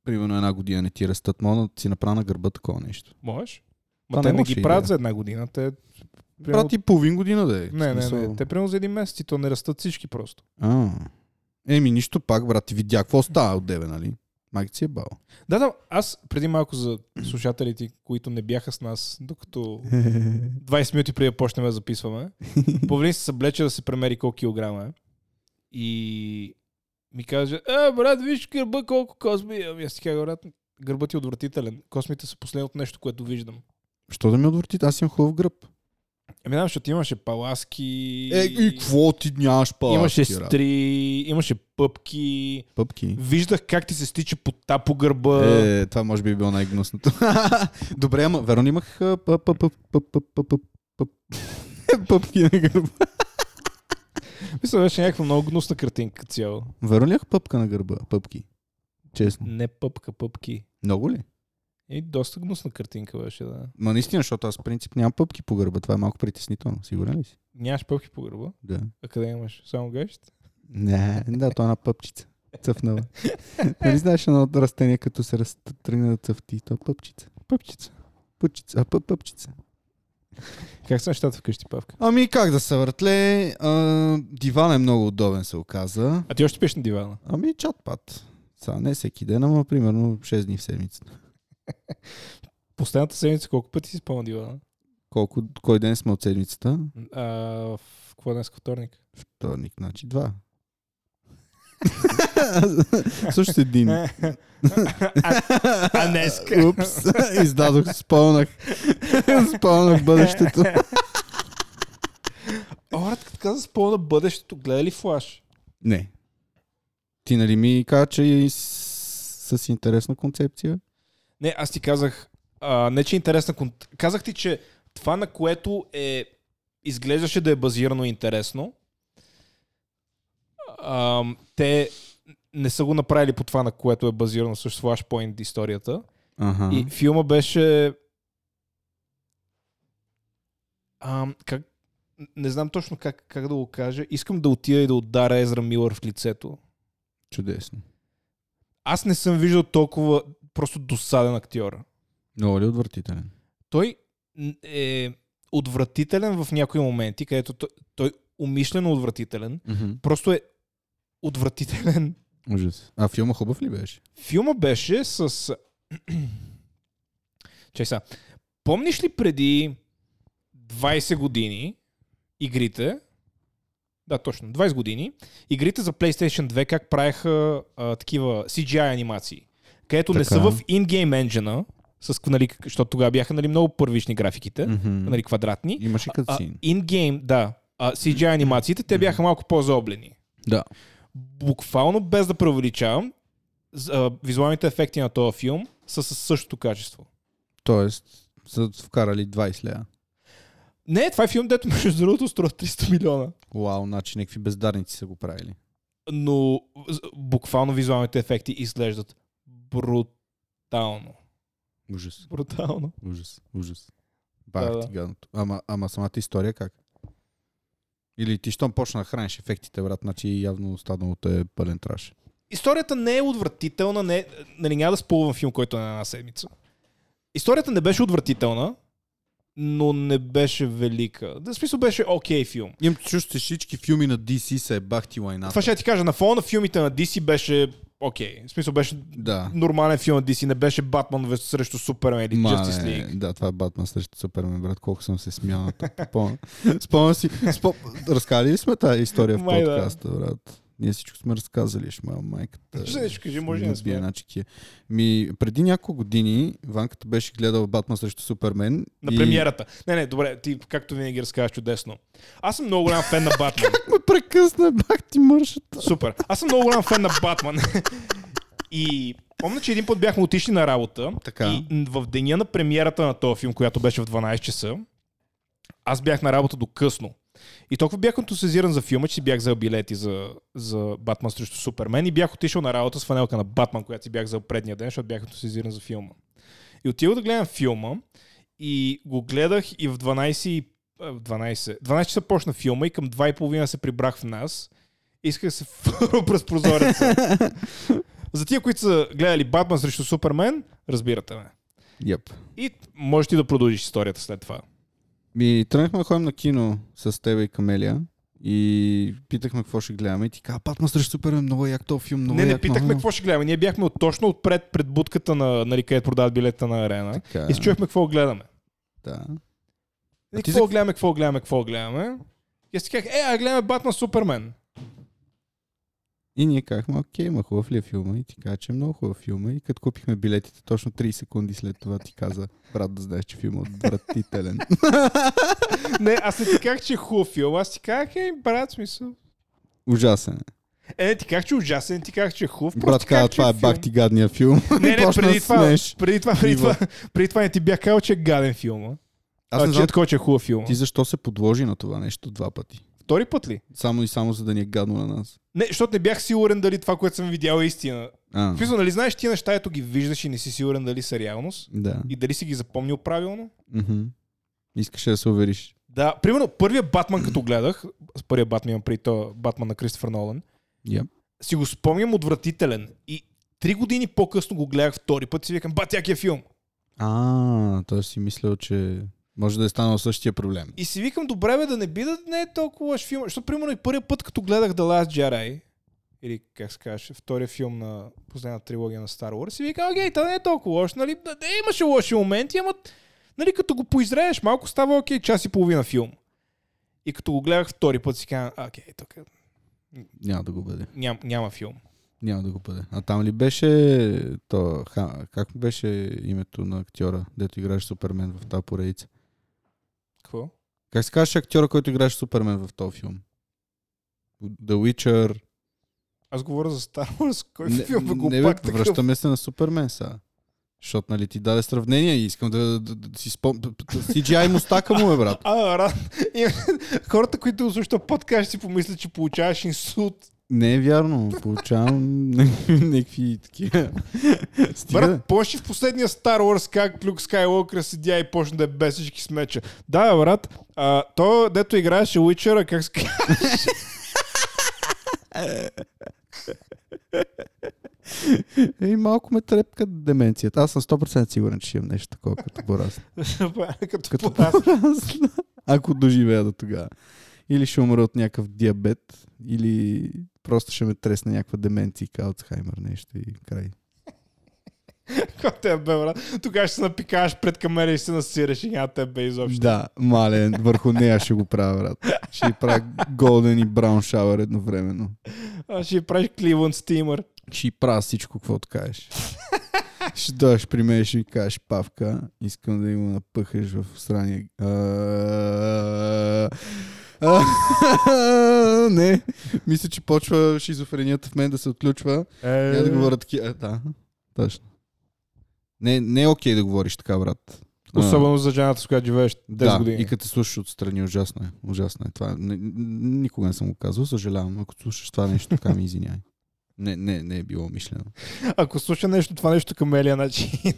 [SPEAKER 2] примерно една година не ти растат. Мога да си направя на гърба такова нещо.
[SPEAKER 1] Можеш? Ма
[SPEAKER 2] Това
[SPEAKER 1] те
[SPEAKER 2] не
[SPEAKER 1] не
[SPEAKER 2] лоша
[SPEAKER 1] ги
[SPEAKER 2] идея.
[SPEAKER 1] правят за една година. Те... Прямо...
[SPEAKER 2] Брат и половин година да е. в
[SPEAKER 1] Не, не,
[SPEAKER 2] смисъл.
[SPEAKER 1] не. Те прямо за един месец и то не растат всички просто.
[SPEAKER 2] А. Еми, нищо пак, брат, ти видя какво става от деве, нали? Майка си е бал.
[SPEAKER 1] Да, да, аз преди малко за слушателите, които не бяха с нас, докато 20 минути преди да почнем да записваме, Павлин се съблече да се премери колко килограма е. И ми каже, е, брат, виж гърба колко косми. е». Ами аз ти кажа, брат, гърбът ти е отвратителен. Космите са последното нещо, което виждам.
[SPEAKER 2] Що да ми отвърти? Аз имам хубав гръб.
[SPEAKER 1] Ами знам, защото имаше паласки.
[SPEAKER 2] Е, и какво ти нямаш па?
[SPEAKER 1] Имаше
[SPEAKER 2] ти, брат?
[SPEAKER 1] стри, имаше пъпки.
[SPEAKER 2] Пъпки.
[SPEAKER 1] Виждах как ти се стича пота по гърба.
[SPEAKER 2] Е, това може би е било най-гнусното. Добре, ама верно ли имах а, пъп, пъп, пъп, пъп, пъп, пъп, пъп, пъп. пъпки на гърба.
[SPEAKER 1] Мисля, беше някаква много гнусна картинка цяло.
[SPEAKER 2] Верно ли имах пъпка на гърба? Пъпки. Честно.
[SPEAKER 1] Не пъпка, пъпки.
[SPEAKER 2] Много ли?
[SPEAKER 1] И доста гнусна картинка беше, да.
[SPEAKER 2] Ма наистина, защото аз в принцип нямам пъпки по гърба. Това е малко притеснително. Сигурен ли си?
[SPEAKER 1] Нямаш пъпки по гърба?
[SPEAKER 2] Да.
[SPEAKER 1] А къде имаш? Само гащите?
[SPEAKER 2] Не, да, то е една пъпчица. Цъфнала. нали знаеш едно растение, като се раз... тръгне да цъфти, то е пъпчица.
[SPEAKER 1] Пъпчица.
[SPEAKER 2] Пъпчица. А, пъп, пъпчица.
[SPEAKER 1] Как са нещата вкъщи, Павка?
[SPEAKER 2] Ами как да се въртле, а, диван е много удобен се оказа.
[SPEAKER 1] А ти още пиеш на дивана.
[SPEAKER 2] Ами чатпад. Сега не всеки ден, ама примерно 6 дни в седмицата.
[SPEAKER 1] Последната седмица колко пъти си спал на дивана?
[SPEAKER 2] Колко, кой ден сме от седмицата?
[SPEAKER 1] А, в какво днес вторник?
[SPEAKER 2] Вторник, значи два. Също един.
[SPEAKER 1] Е, а днеска?
[SPEAKER 2] Упс, издадох, спълнах. спълнах бъдещето.
[SPEAKER 1] О, брат, като каза спал на бъдещето, гледа ли флаш?
[SPEAKER 2] Не. Ти нали ми кажа, че и с, с интересна концепция?
[SPEAKER 1] Не, аз ти казах, а, не че е интересна конт... Казах ти, че това, на което е изглеждаше да е базирано интересно, а, те не са го направили по това, на което е базирано също Flashpoint историята.
[SPEAKER 2] Ага.
[SPEAKER 1] И филма беше... А, как... Не знам точно как, как да го кажа. Искам да отида и да ударя Езра Милър в лицето.
[SPEAKER 2] Чудесно.
[SPEAKER 1] Аз не съм виждал толкова просто досаден актьор.
[SPEAKER 2] Много ли отвратителен?
[SPEAKER 1] Той н- е отвратителен в някои моменти, където той, той умишлено отвратителен. Просто е отвратителен.
[SPEAKER 2] Ужас. А филма хубав ли беше?
[SPEAKER 1] Филма беше с... Чай сега. Помниш ли преди 20 години игрите? Да, точно. 20 години. Игрите за PlayStation 2 как правеха а, такива CGI анимации, където не са
[SPEAKER 2] Така.
[SPEAKER 1] в in-game engine с, нали, к- защото тогава бяха нали, много първични графиките,
[SPEAKER 2] Мгм.
[SPEAKER 1] нали, квадратни.
[SPEAKER 2] Имаше
[SPEAKER 1] А,
[SPEAKER 2] кацин.
[SPEAKER 1] in-game, да. А, CGI анимациите, те бяха малко по-заоблени
[SPEAKER 2] Да.
[SPEAKER 1] буквално без да преувеличавам, з- а, визуалните ефекти на този филм са със същото качество.
[SPEAKER 2] Тоест, са вкарали 20 лея.
[SPEAKER 1] Не, това е филм, дето между другото струва 300 милиона.
[SPEAKER 2] Вау, значи някакви бездарници са го правили.
[SPEAKER 1] Но з- буквално визуалните ефекти изглеждат брутално.
[SPEAKER 2] Ужас.
[SPEAKER 1] Брутално.
[SPEAKER 2] Ужас. Ужас. Бах
[SPEAKER 1] Да, да.
[SPEAKER 2] ти гадното. Ама, ама самата история как? Или ти щом почна да храниш ефектите, брат, значи явно останалото е пълен траш.
[SPEAKER 1] Историята не е отвратителна, не, е- нали, няма да спълвам филм, който е на една седмица. Историята не беше отвратителна, но не беше велика. Да, в смисъл беше окей филм.
[SPEAKER 2] Имам чувство, че всички филми на DC са е бахти лайната.
[SPEAKER 1] Това ще ти кажа, на фона на филмите на DC беше окей. В смисъл беше
[SPEAKER 2] Да.
[SPEAKER 1] нормален филм на DC, не беше Батман ве- срещу Супермен или
[SPEAKER 2] Мале,
[SPEAKER 1] Justice League.
[SPEAKER 2] Да, това е Батман срещу Супермен, брат. Колко съм се смял. на това. Спомням- Спомням си. Спом... Разказали ли сме тази история в
[SPEAKER 1] Май да.
[SPEAKER 2] подкаста, брат? Ние всичко сме разказали, шма майката.
[SPEAKER 1] Ще нещо кажи, може и
[SPEAKER 2] Не
[SPEAKER 1] да сме.
[SPEAKER 2] сме. е. Ми, преди няколко години Ванката беше гледал Батман срещу Супермен.
[SPEAKER 1] На
[SPEAKER 2] и-
[SPEAKER 1] премиерата. Не, не, добре, ти както винаги разказваш чудесно. Аз съм много голям фен на Батман.
[SPEAKER 2] Ме прекъсна, бах ти мършата.
[SPEAKER 1] Супер. Аз съм много голям фен на Батман. И помня, че един път бяхме отишли на работа
[SPEAKER 2] Така.
[SPEAKER 1] и н- в деня на премиерата на този филм, която беше в 12 часа, аз бях на работа до късно. И толкова бях ентусиазиран за филма, че си бях взел билети за, за Батман срещу Супермен и бях отишъл на работа с фанелка на Батман, която си бях взел предния ден, защото бях ентусиазиран за филма. И отидох да гледам филма и го гледах и в 12, и- а, в 12, 12 часа почна филма и към 2.30 се прибрах в нас. Исках да се фървам през прозореца. За тия, които са гледали Батман срещу Супермен, разбирате ме.
[SPEAKER 2] Yep.
[SPEAKER 1] И можеш ти да продължиш историята след това.
[SPEAKER 2] Ми, тръгнахме да ходим на кино с теб и Камелия. И питахме какво ще гледаме. И ти каза, Батман срещу Супермен, много е як този филм. Много
[SPEAKER 1] не, не
[SPEAKER 2] як,
[SPEAKER 1] питахме
[SPEAKER 2] много,
[SPEAKER 1] какво ще гледаме. Ние бяхме от, точно отпред пред будката на, нали, където продават билета на арена.
[SPEAKER 2] Така,
[SPEAKER 1] И се чуехме какво гледаме.
[SPEAKER 2] да.
[SPEAKER 1] И
[SPEAKER 2] А ти
[SPEAKER 1] какво
[SPEAKER 2] за-
[SPEAKER 1] гледаме, какво гледаме, какво гледаме. И аз ти казах, е, а гледаме Батман Супермен.
[SPEAKER 2] И ние казахме, окей, ма хубав ли е филма? И ти каза, че е много хубав филма. И като купихме билетите, точно 3 секунди след това ти каза, брат, да знаеш, че филмът е отвратителен.
[SPEAKER 1] Не, аз не ти казах, че е хубав филм. Аз ти казах, е, брат, смисъл.
[SPEAKER 2] Ужасен. е.
[SPEAKER 1] Е, не ти казах, че е ужасен, не ти казах, че е хубав. Просто
[SPEAKER 2] Брат
[SPEAKER 1] ти казах,
[SPEAKER 2] каза,
[SPEAKER 1] че
[SPEAKER 2] това е
[SPEAKER 1] филм.
[SPEAKER 2] бах ти гадния филм.
[SPEAKER 1] Не, не,
[SPEAKER 2] Почна
[SPEAKER 1] преди
[SPEAKER 2] да
[SPEAKER 1] това,
[SPEAKER 2] смееш.
[SPEAKER 1] преди това, преди
[SPEAKER 2] Ива.
[SPEAKER 1] това, преди това не ти бях казал, че е гаден филма.
[SPEAKER 2] Аз не
[SPEAKER 1] че е
[SPEAKER 2] знам
[SPEAKER 1] такова, че е хубав филм.
[SPEAKER 2] ти защо се подложи на това нещо два пъти.
[SPEAKER 1] Втори път ли?
[SPEAKER 2] Само и само за да ни е гадно на нас.
[SPEAKER 1] Не, защото не бях сигурен дали това, което съм видял е истина. В
[SPEAKER 2] А,
[SPEAKER 1] смисъл, нали знаеш тия неща, ето ги виждаш и не си сигурен дали са реалност
[SPEAKER 2] да.
[SPEAKER 1] и дали си ги запомнил правилно?
[SPEAKER 2] Мгм. Искаше да се увериш.
[SPEAKER 1] Да, примерно първия Батман, като гледах, с първия Батман имам при то, Батман на Кристофър Нолан,
[SPEAKER 2] Yep.
[SPEAKER 1] си го спомням отвратителен. И три години по-късно го гледах втори път и си викам, бат, як е филм.
[SPEAKER 2] А, той си мислил, че може да е станал същия проблем.
[SPEAKER 1] И си викам, добре бе, да не би да не е толкова лош филм. Защото, примерно, и първия път, като гледах The Last Jedi, или как се каже, втория филм на последната трилогия на Star Wars, си викам, окей, това не е толкова лош, нали? Да, да, имаше лоши моменти, ама, нали, като го поизрееш, малко става, окей, час и половина филм. И като го гледах втори път, си казвам, «А, окей, тук
[SPEAKER 2] Няма да го бъде.
[SPEAKER 1] ням, няма филм.
[SPEAKER 2] Няма да го бъде. А там ли беше то, ха, как му беше името на актьора, дето играеше Супермен в тази поредица?
[SPEAKER 1] Какво?
[SPEAKER 2] Как се казваше актьора, който играеше Супермен в този филм? The Witcher.
[SPEAKER 1] Аз говоря за Star Wars, кой филм е
[SPEAKER 2] не, бе,
[SPEAKER 1] глупак такъв?
[SPEAKER 2] връщаме се на Супермен сега. Защото, нали, ти даде сравнение и искам да, да, да си спомня. CGI мустака му е, брат.
[SPEAKER 1] А, рад. И Хората, които слушат подкаст, ще си помислят, че получаваш инсулт.
[SPEAKER 2] Не е вярно. Получавам някакви такива. Стига.
[SPEAKER 1] Брат, помниш ли в последния Star Wars как Люк Скайлокър седя и почна да е без всички смеча? Да, брат. А, то, дето играеше Уичера, как се казва?
[SPEAKER 2] Ей, малко ме трепка деменцията. Аз съм 100% сигурен, че ще имам нещо такова като порасна.
[SPEAKER 1] като,
[SPEAKER 2] Като
[SPEAKER 1] като...
[SPEAKER 2] порасна. Ако доживея до тогава. Или ще умра от някакъв диабет, или просто ще ме тресне някаква деменцика, Алцхаймер, нещо и край.
[SPEAKER 1] Когато те бе, брат. Тогава ще се напикаваш пред камера и ще се насираш и няма те бе изобщо.
[SPEAKER 2] Да, мале, върху нея ще го правя, брат. Ще й правя голден и браун шауър едновременно.
[SPEAKER 1] А ще правиш Кливън Стимър.
[SPEAKER 2] Ще й правя всичко, каквото кажеш. Ще дойдеш при мен и ще ми кажеш, Павка, искам да има напъхаш в страния. Не, мисля, че почва шизофренията в мен да се отключва. Я да говоря такива. Е, Да, точно. Не, не е окей да говориш така, брат. А,
[SPEAKER 1] Особено за жената, с която живееш 10
[SPEAKER 2] да,
[SPEAKER 1] години.
[SPEAKER 2] и като те слушаш отстрани, ужасно е. Ужасно е. Това не, никога не съм го казвал, съжалявам. Ако слушаш това нещо, така ми извиняй. Не, не, не е било мислено.
[SPEAKER 1] Ако слуша нещо, това нещо към Елия, значи...
[SPEAKER 2] Значи,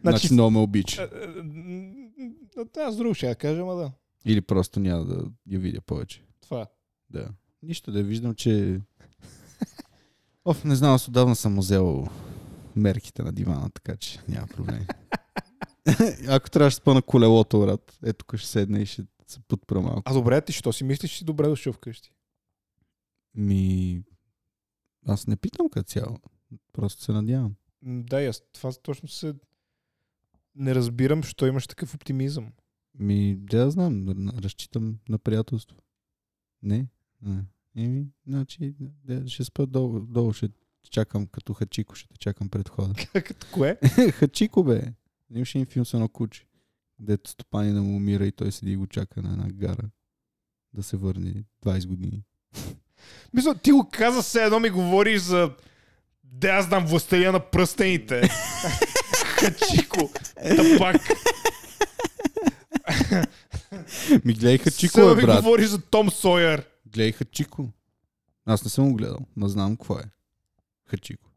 [SPEAKER 1] значи...
[SPEAKER 2] много ме обича.
[SPEAKER 1] Е, е, е, Аз друго ще я кажа, ама да.
[SPEAKER 2] Или просто няма да я видя повече.
[SPEAKER 1] Това.
[SPEAKER 2] Да. Нищо да виждам, че... Оф, не знам, аз отдавна съм взел мерките на дивана, така че няма проблем. Ако трябваше да спа на колелото, брат, е тук ще седна и ще се подпра малко.
[SPEAKER 1] А добре, ти що си мислиш, че си добре дошъл вкъщи?
[SPEAKER 2] Ми... Аз не питам като цяло. Просто се надявам.
[SPEAKER 1] М, Да, и аз това точно се... Не разбирам, що имаш такъв оптимизъм.
[SPEAKER 2] Ми, да я знам, р- н- разчитам на приятелство. Не? А, Еми, значи, да, ще спа долу, долу ще те чакам като хачико, ще те чакам пред входа.
[SPEAKER 1] Като кое?
[SPEAKER 2] хачико, бе! Имаше един филм с едно куче, дето стопанина му умира и той седи и го чака на една гара да се върне 20 години.
[SPEAKER 1] Мисля, ти го каза се едно ми говориш за... Да, аз знам властелия на пръстените. Хачико.
[SPEAKER 2] Е.
[SPEAKER 1] Тапак.
[SPEAKER 2] Ми гледай хачико,
[SPEAKER 1] Сега
[SPEAKER 2] бе,
[SPEAKER 1] ми
[SPEAKER 2] е, брат.
[SPEAKER 1] говориш за Том Сойер.
[SPEAKER 2] Гледай хачико. Аз не съм го гледал, но знам какво е. Хачико.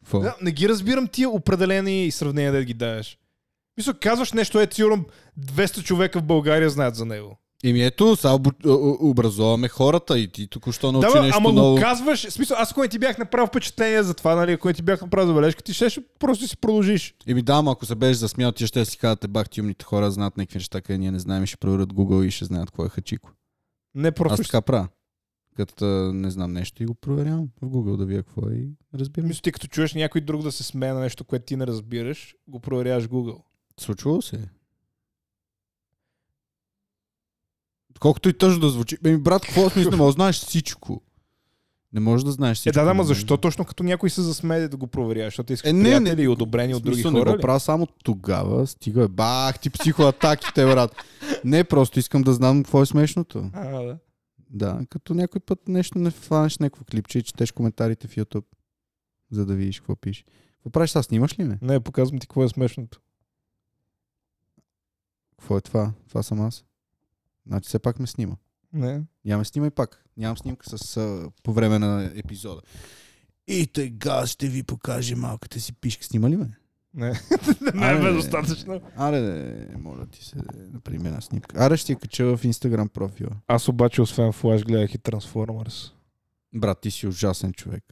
[SPEAKER 2] Какво?
[SPEAKER 1] Да, не ги разбирам тия определени сравнения да ги даваш. Мисля, казваш нещо, е сигурно 200 човека в България знаят за него.
[SPEAKER 2] Еми ето, сега обу- о- о- образоваме хората и ти току-що научи
[SPEAKER 1] да, бе,
[SPEAKER 2] нещо
[SPEAKER 1] ама
[SPEAKER 2] ново.
[SPEAKER 1] го казваш, в смисъл, аз ако не ти бях направил впечатление за това, нали, ако не ти бях направил забележка, ти ще просто си продължиш.
[SPEAKER 2] Еми да, ама ако се беше засмял, ти ще си казвате, бах ти умните хора знаят някакви неща, къде ние не знаем и ще проверят Google и ще знаят кой е хачико.
[SPEAKER 1] Не
[SPEAKER 2] Аз
[SPEAKER 1] просто. Аз
[SPEAKER 2] така правя. Като а, не знам нещо и го проверявам в Google да видя какво е и разбирам.
[SPEAKER 1] Мисля, ти като чуеш някой друг да се смее на нещо, което ти не разбираш, го проверяваш в Google.
[SPEAKER 2] Случвало се. е. Колкото и тъжно да звучи. Еми брат, какво смисъл? Не можеш да знаеш всичко. Не можеш да знаеш
[SPEAKER 1] Е,
[SPEAKER 2] всичко.
[SPEAKER 1] да, да, ма
[SPEAKER 2] нали?
[SPEAKER 1] защо точно като някой се засмее да го проверяваш, защото искаш
[SPEAKER 2] Е,
[SPEAKER 1] е,
[SPEAKER 2] не, не.
[SPEAKER 1] приятели и одобрени от други
[SPEAKER 2] Смисъл,
[SPEAKER 1] хора.
[SPEAKER 2] Не
[SPEAKER 1] ли?
[SPEAKER 2] го правя само тогава, стига е, бах, ти психоатаките, брат. Не, просто искам да знам какво е смешното.
[SPEAKER 1] А, да.
[SPEAKER 2] Да, като някой път нещо не фанеш някакво клипче и четеш коментарите в YouTube, за да видиш какво пише. Какво правиш сега, снимаш ли ме?
[SPEAKER 1] Не, показвам ти какво е смешното.
[SPEAKER 2] Какво е това? Това съм аз. Значи все пак ме снима.
[SPEAKER 1] Не.
[SPEAKER 2] Няма ме снимай пак. Нямам снимка с, а, по време на епизода. И тега ще ви покаже малката си пишка. Снима ли ме?
[SPEAKER 1] Не.
[SPEAKER 2] Абе.
[SPEAKER 1] не, бе, достатъчно.
[SPEAKER 2] Аре, де, моля ти се, де, направи една снимка. Аре, ще я кача в Instagram профила.
[SPEAKER 1] Аз обаче, освен Flash, гледах и Transformers.
[SPEAKER 2] Брат, ти си ужасен човек.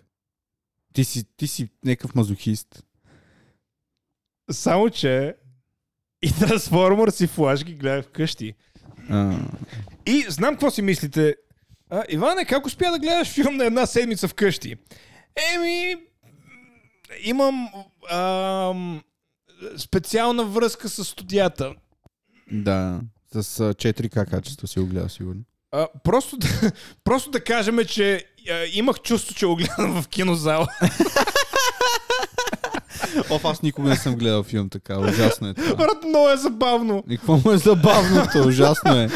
[SPEAKER 2] Ти си, ти си някакъв мазохист.
[SPEAKER 1] Само, че и Transformers и Flash ги гледах вкъщи.
[SPEAKER 2] А,
[SPEAKER 1] И знам какво си мислите. А, Иване, как успя да гледаш филм на една седмица вкъщи? Еми, имам ам, специална връзка с студията.
[SPEAKER 2] да. С а, 4К качество си го гледал сигурно.
[SPEAKER 1] А, просто, да, просто да кажем, че а, имах чувство, че го гледам в кинозала.
[SPEAKER 2] Оф, аз никога не съм гледал филм така. Ужасно е това.
[SPEAKER 1] Брат, много е забавно.
[SPEAKER 2] И какво му е забавното? Ужасно е.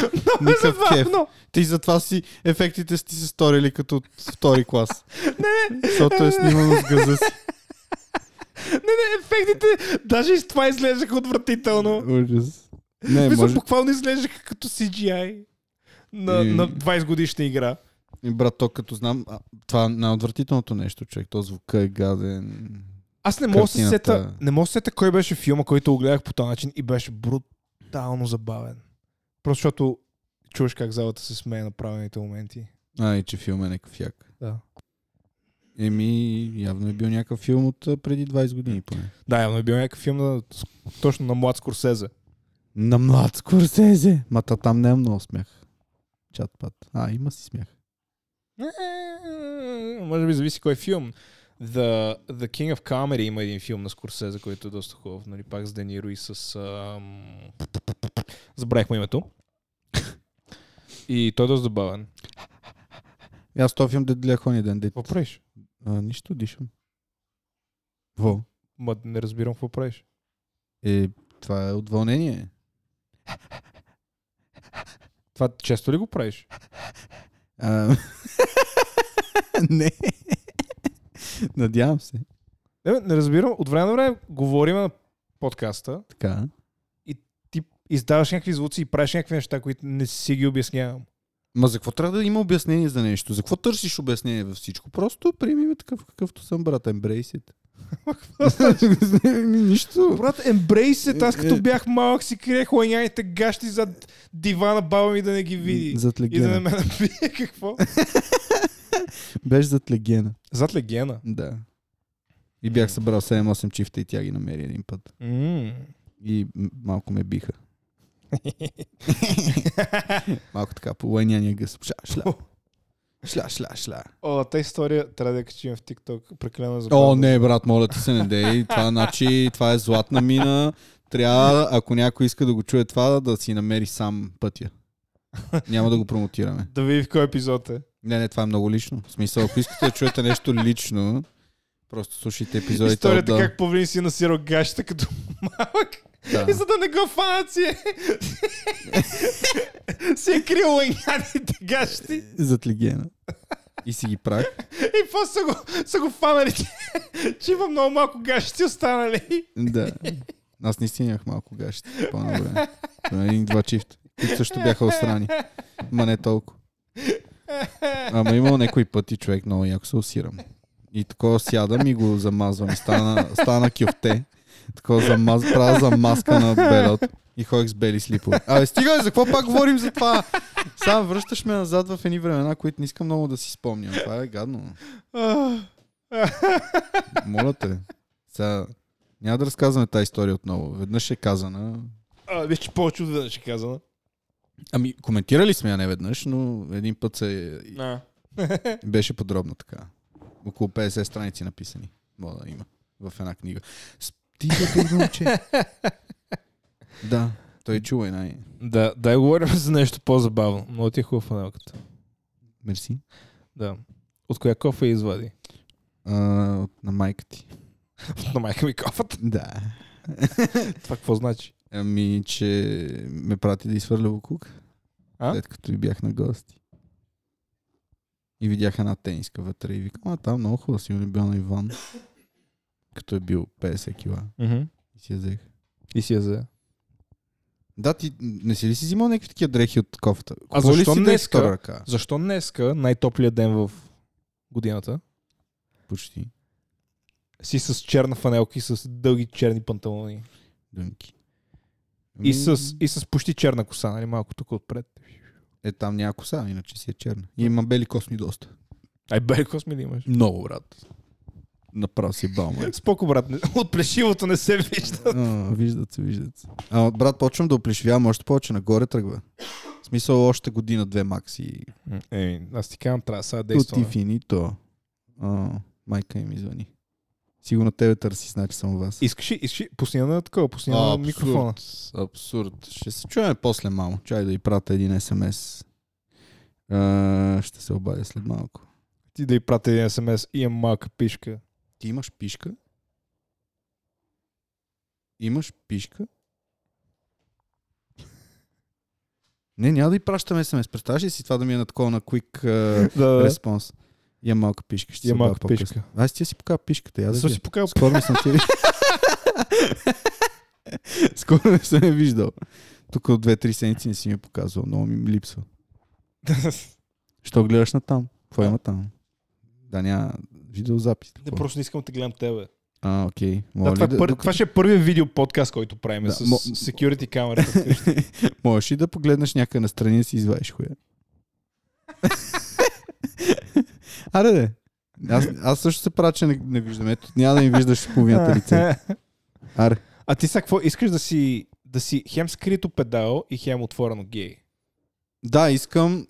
[SPEAKER 2] Никакъв кеф.
[SPEAKER 1] Забавно.
[SPEAKER 2] Ти затова си ефектите сте се сторили като от втори клас. Не, Защото е снимано с газа си.
[SPEAKER 1] Не, не, ефектите, даже и с това изглеждаха отвратително.
[SPEAKER 2] Ужас. Не,
[SPEAKER 1] Мисля,
[SPEAKER 2] може...
[SPEAKER 1] буквално изглеждаха като CGI на,
[SPEAKER 2] И-
[SPEAKER 1] на 20 годишна игра.
[SPEAKER 2] И брат, то като знам, а, това е най-отвратителното нещо, човек. То звука е гаден.
[SPEAKER 1] Аз не мога да се
[SPEAKER 2] Картината.
[SPEAKER 1] сета, не мога да се сета кой беше филма, който го гледах по този начин и беше брутално забавен. Просто защото чуваш как залата се смее на правилните моменти.
[SPEAKER 2] А, и че филм е някакъв як.
[SPEAKER 1] Да.
[SPEAKER 2] Еми, явно е бил някакъв филм от а, преди 20 години поне.
[SPEAKER 1] Да, явно е бил някакъв филм на, точно на млад Скорсезе.
[SPEAKER 2] На млад Скорсезе. Ма та там не е много смях. Чат пат. А, има си смях.
[SPEAKER 1] Е, Може би зависи кой филм. The, The King of Comedy има един филм на Скорсезе, който е доста хубав. Нали, пак с Дениро и с... Ам... Забравих му името. И той е доста забавен.
[SPEAKER 2] Е, Аз този филм дед гледах ония ден. Дед...
[SPEAKER 1] Какво правиш?
[SPEAKER 2] А, нищо дишам. Во?
[SPEAKER 1] Ма не разбирам какво правиш.
[SPEAKER 2] Е, това е от вълнение.
[SPEAKER 1] Това често ли го правиш?
[SPEAKER 2] А... не. Надявам се.
[SPEAKER 1] Не, бе, не разбирам. От време на време говорим на подкаста,
[SPEAKER 2] Така.
[SPEAKER 1] ти издаваш някакви звуци и правиш някакви неща, които не си ги обяснявам.
[SPEAKER 2] Ма за какво трябва да има обяснение за нещо? За какво търсиш обяснение във всичко? Просто приеми ме такъв какъвто съм, брат. Embrace it. Нищо.
[SPEAKER 1] Брат, ембрейсет, аз
[SPEAKER 2] Е, е.
[SPEAKER 1] като бях малък си криех ланяните гащи зад дивана, баба ми да не ги види.
[SPEAKER 2] Зад
[SPEAKER 1] И да не
[SPEAKER 2] легена.
[SPEAKER 1] ме набие какво?
[SPEAKER 2] Беше зад легена.
[SPEAKER 1] Зад легена.
[SPEAKER 2] Да. И бях събрал 7-8 чифта и тя ги намери един път. И м- малко ме биха. малко така по лайняния гъс. Шля, шля. Шля, шля, шля.
[SPEAKER 1] О, тази история трябва да я качим в TikTok. Прекалено за
[SPEAKER 2] О, не, брат, моля ти се, не дей. Това, значи, това е златна мина. Трябва, ако някой иска да го чуе това, да си намери сам пътя. Няма да го промотираме.
[SPEAKER 1] Да види в кой епизод е.
[SPEAKER 2] Не, не, това е много лично. В смисъл, ако искате да чуете нещо лично, просто слушайте епизодите.
[SPEAKER 1] Историята
[SPEAKER 2] от, да,
[SPEAKER 1] как Павлин си е насирал гащите като малък. И
[SPEAKER 2] Да.
[SPEAKER 1] за да не го фанат си е... си е крил лъняните гащи.
[SPEAKER 2] Зад легена. И си ги прах.
[SPEAKER 1] И после са го, са го фанали, че- че има много малко гащи останали.
[SPEAKER 2] Да. Аз наистина имах малко гащи по-добре. Един-два чифта. И също бяха осрани. Ма не толкова. Ама имал някои пъти човек, много яко се усирам. И такова сядам и го замазвам. И Стана, стана кюфте. Такова замаз, правя замазка на белот. И ходих с бели слипове. Абе, стига, бе, за какво пак говорим за това? Сам връщаш ме назад в едни времена, които не искам много да си спомням. Това е гадно.
[SPEAKER 1] А,
[SPEAKER 2] Моля те. Сега няма да разказваме тази история отново. Веднъж е казана.
[SPEAKER 1] а, Виж, че повече от веднъж е казано.
[SPEAKER 2] Ами, коментирали сме я не веднъж, но един път се
[SPEAKER 1] А.
[SPEAKER 2] беше подробно така. Около 50 страници написани. Мога да има в една книга. Стига да момче. да, той чува и най...
[SPEAKER 1] Да, да говорим за нещо по-забавно. Много ти е хубава фанелката.
[SPEAKER 2] Мерси.
[SPEAKER 1] Да. От коя кофа я извади?
[SPEAKER 2] А, на майка ти.
[SPEAKER 1] На майка ми кофата.
[SPEAKER 2] Да.
[SPEAKER 1] Това какво значи?
[SPEAKER 2] Ами, че ме прати да изхвърля буклук.
[SPEAKER 1] А?
[SPEAKER 2] След като и бях на гости. И видях една тениска вътре и викам, а там много хубаво си е бил на Иван. Като е бил 50 кила. И си я взех.
[SPEAKER 1] И си я взе.
[SPEAKER 2] Да, ти не си ли си взимал някакви такива дрехи от кофата?
[SPEAKER 1] А
[SPEAKER 2] Купувал ли
[SPEAKER 1] защо
[SPEAKER 2] си
[SPEAKER 1] днеска?
[SPEAKER 2] дрехи с втора ръка?
[SPEAKER 1] Защо днеска, най-топлия ден в годината,
[SPEAKER 2] Почти.
[SPEAKER 1] си с черна фанелка и с дълги черни панталони?
[SPEAKER 2] Дънки. Ами,
[SPEAKER 1] И с, и с почти черна коса, нали, малко тук отпред.
[SPEAKER 2] Е, там няма коса, иначе си е черна. И има бели косми доста.
[SPEAKER 1] Ай, бе, косми ли имаш?
[SPEAKER 2] Много, брат. Направо
[SPEAKER 1] е
[SPEAKER 2] си балма.
[SPEAKER 1] Споко, брат, не- от плешивото не се вижда.
[SPEAKER 2] А, виждат се, виждат се. А, брат, почвам да оплешивявам още повече. Нагоре тръгва. В смисъл още година-две макси.
[SPEAKER 1] Ей, аз ти казвам, трябва сега да
[SPEAKER 2] Тук ти
[SPEAKER 1] действам.
[SPEAKER 2] финито. А, майка им извъни. Сигурно тебе търси, значи съм вас.
[SPEAKER 1] Искаш ли, искаш ли, пусни на такова, пусни на
[SPEAKER 2] Абсурд.
[SPEAKER 1] микрофона.
[SPEAKER 2] Абсурд. Ще се чуем после малко. Чай да й пратя един СМС. Ще се обадя след малко.
[SPEAKER 1] Ти да й прати един смс, имам малка пишка.
[SPEAKER 2] Ти имаш пишка? Имаш пишка? Не, няма да й пращаме смс. Представяш ли си това да ми е на такова на quick uh,
[SPEAKER 1] Да, да.
[SPEAKER 2] response? Я малка пишка, ще
[SPEAKER 1] Я
[SPEAKER 2] се
[SPEAKER 1] малка
[SPEAKER 2] малка пишка.
[SPEAKER 1] пишка.
[SPEAKER 2] Аз ти си покажа пишката. Я
[SPEAKER 1] Аз
[SPEAKER 2] да
[SPEAKER 1] съм
[SPEAKER 2] ти я-
[SPEAKER 1] си покал.
[SPEAKER 2] Скоро не съм ти я- Скоро не съм я виждал. Тук от две-три седмици не си ми я показвал. Много ми ми липсва. Що гледаш на там? Какво има там? Да няма видеозапис.
[SPEAKER 1] Не,
[SPEAKER 2] Какво?
[SPEAKER 1] просто не искам да те гледам тебе.
[SPEAKER 2] А, окей.
[SPEAKER 1] Да,
[SPEAKER 2] Моля
[SPEAKER 1] това,
[SPEAKER 2] ли да,
[SPEAKER 1] е пър...
[SPEAKER 2] докато-
[SPEAKER 1] това ще е първият видео подкаст, който правим
[SPEAKER 2] Да,
[SPEAKER 1] с
[SPEAKER 2] мо-
[SPEAKER 1] security камерата.
[SPEAKER 2] Можеш ли да погледнеш някъде настрани и да си извадиш хуя? Аре, де. Аз, аз също се правя, че не, не виждам. Ето, няма да ми виждаш половината лице. Аре.
[SPEAKER 1] а ти сега какво искаш да си, да си хем скрито педал и хем отворено гей?
[SPEAKER 2] Да, искам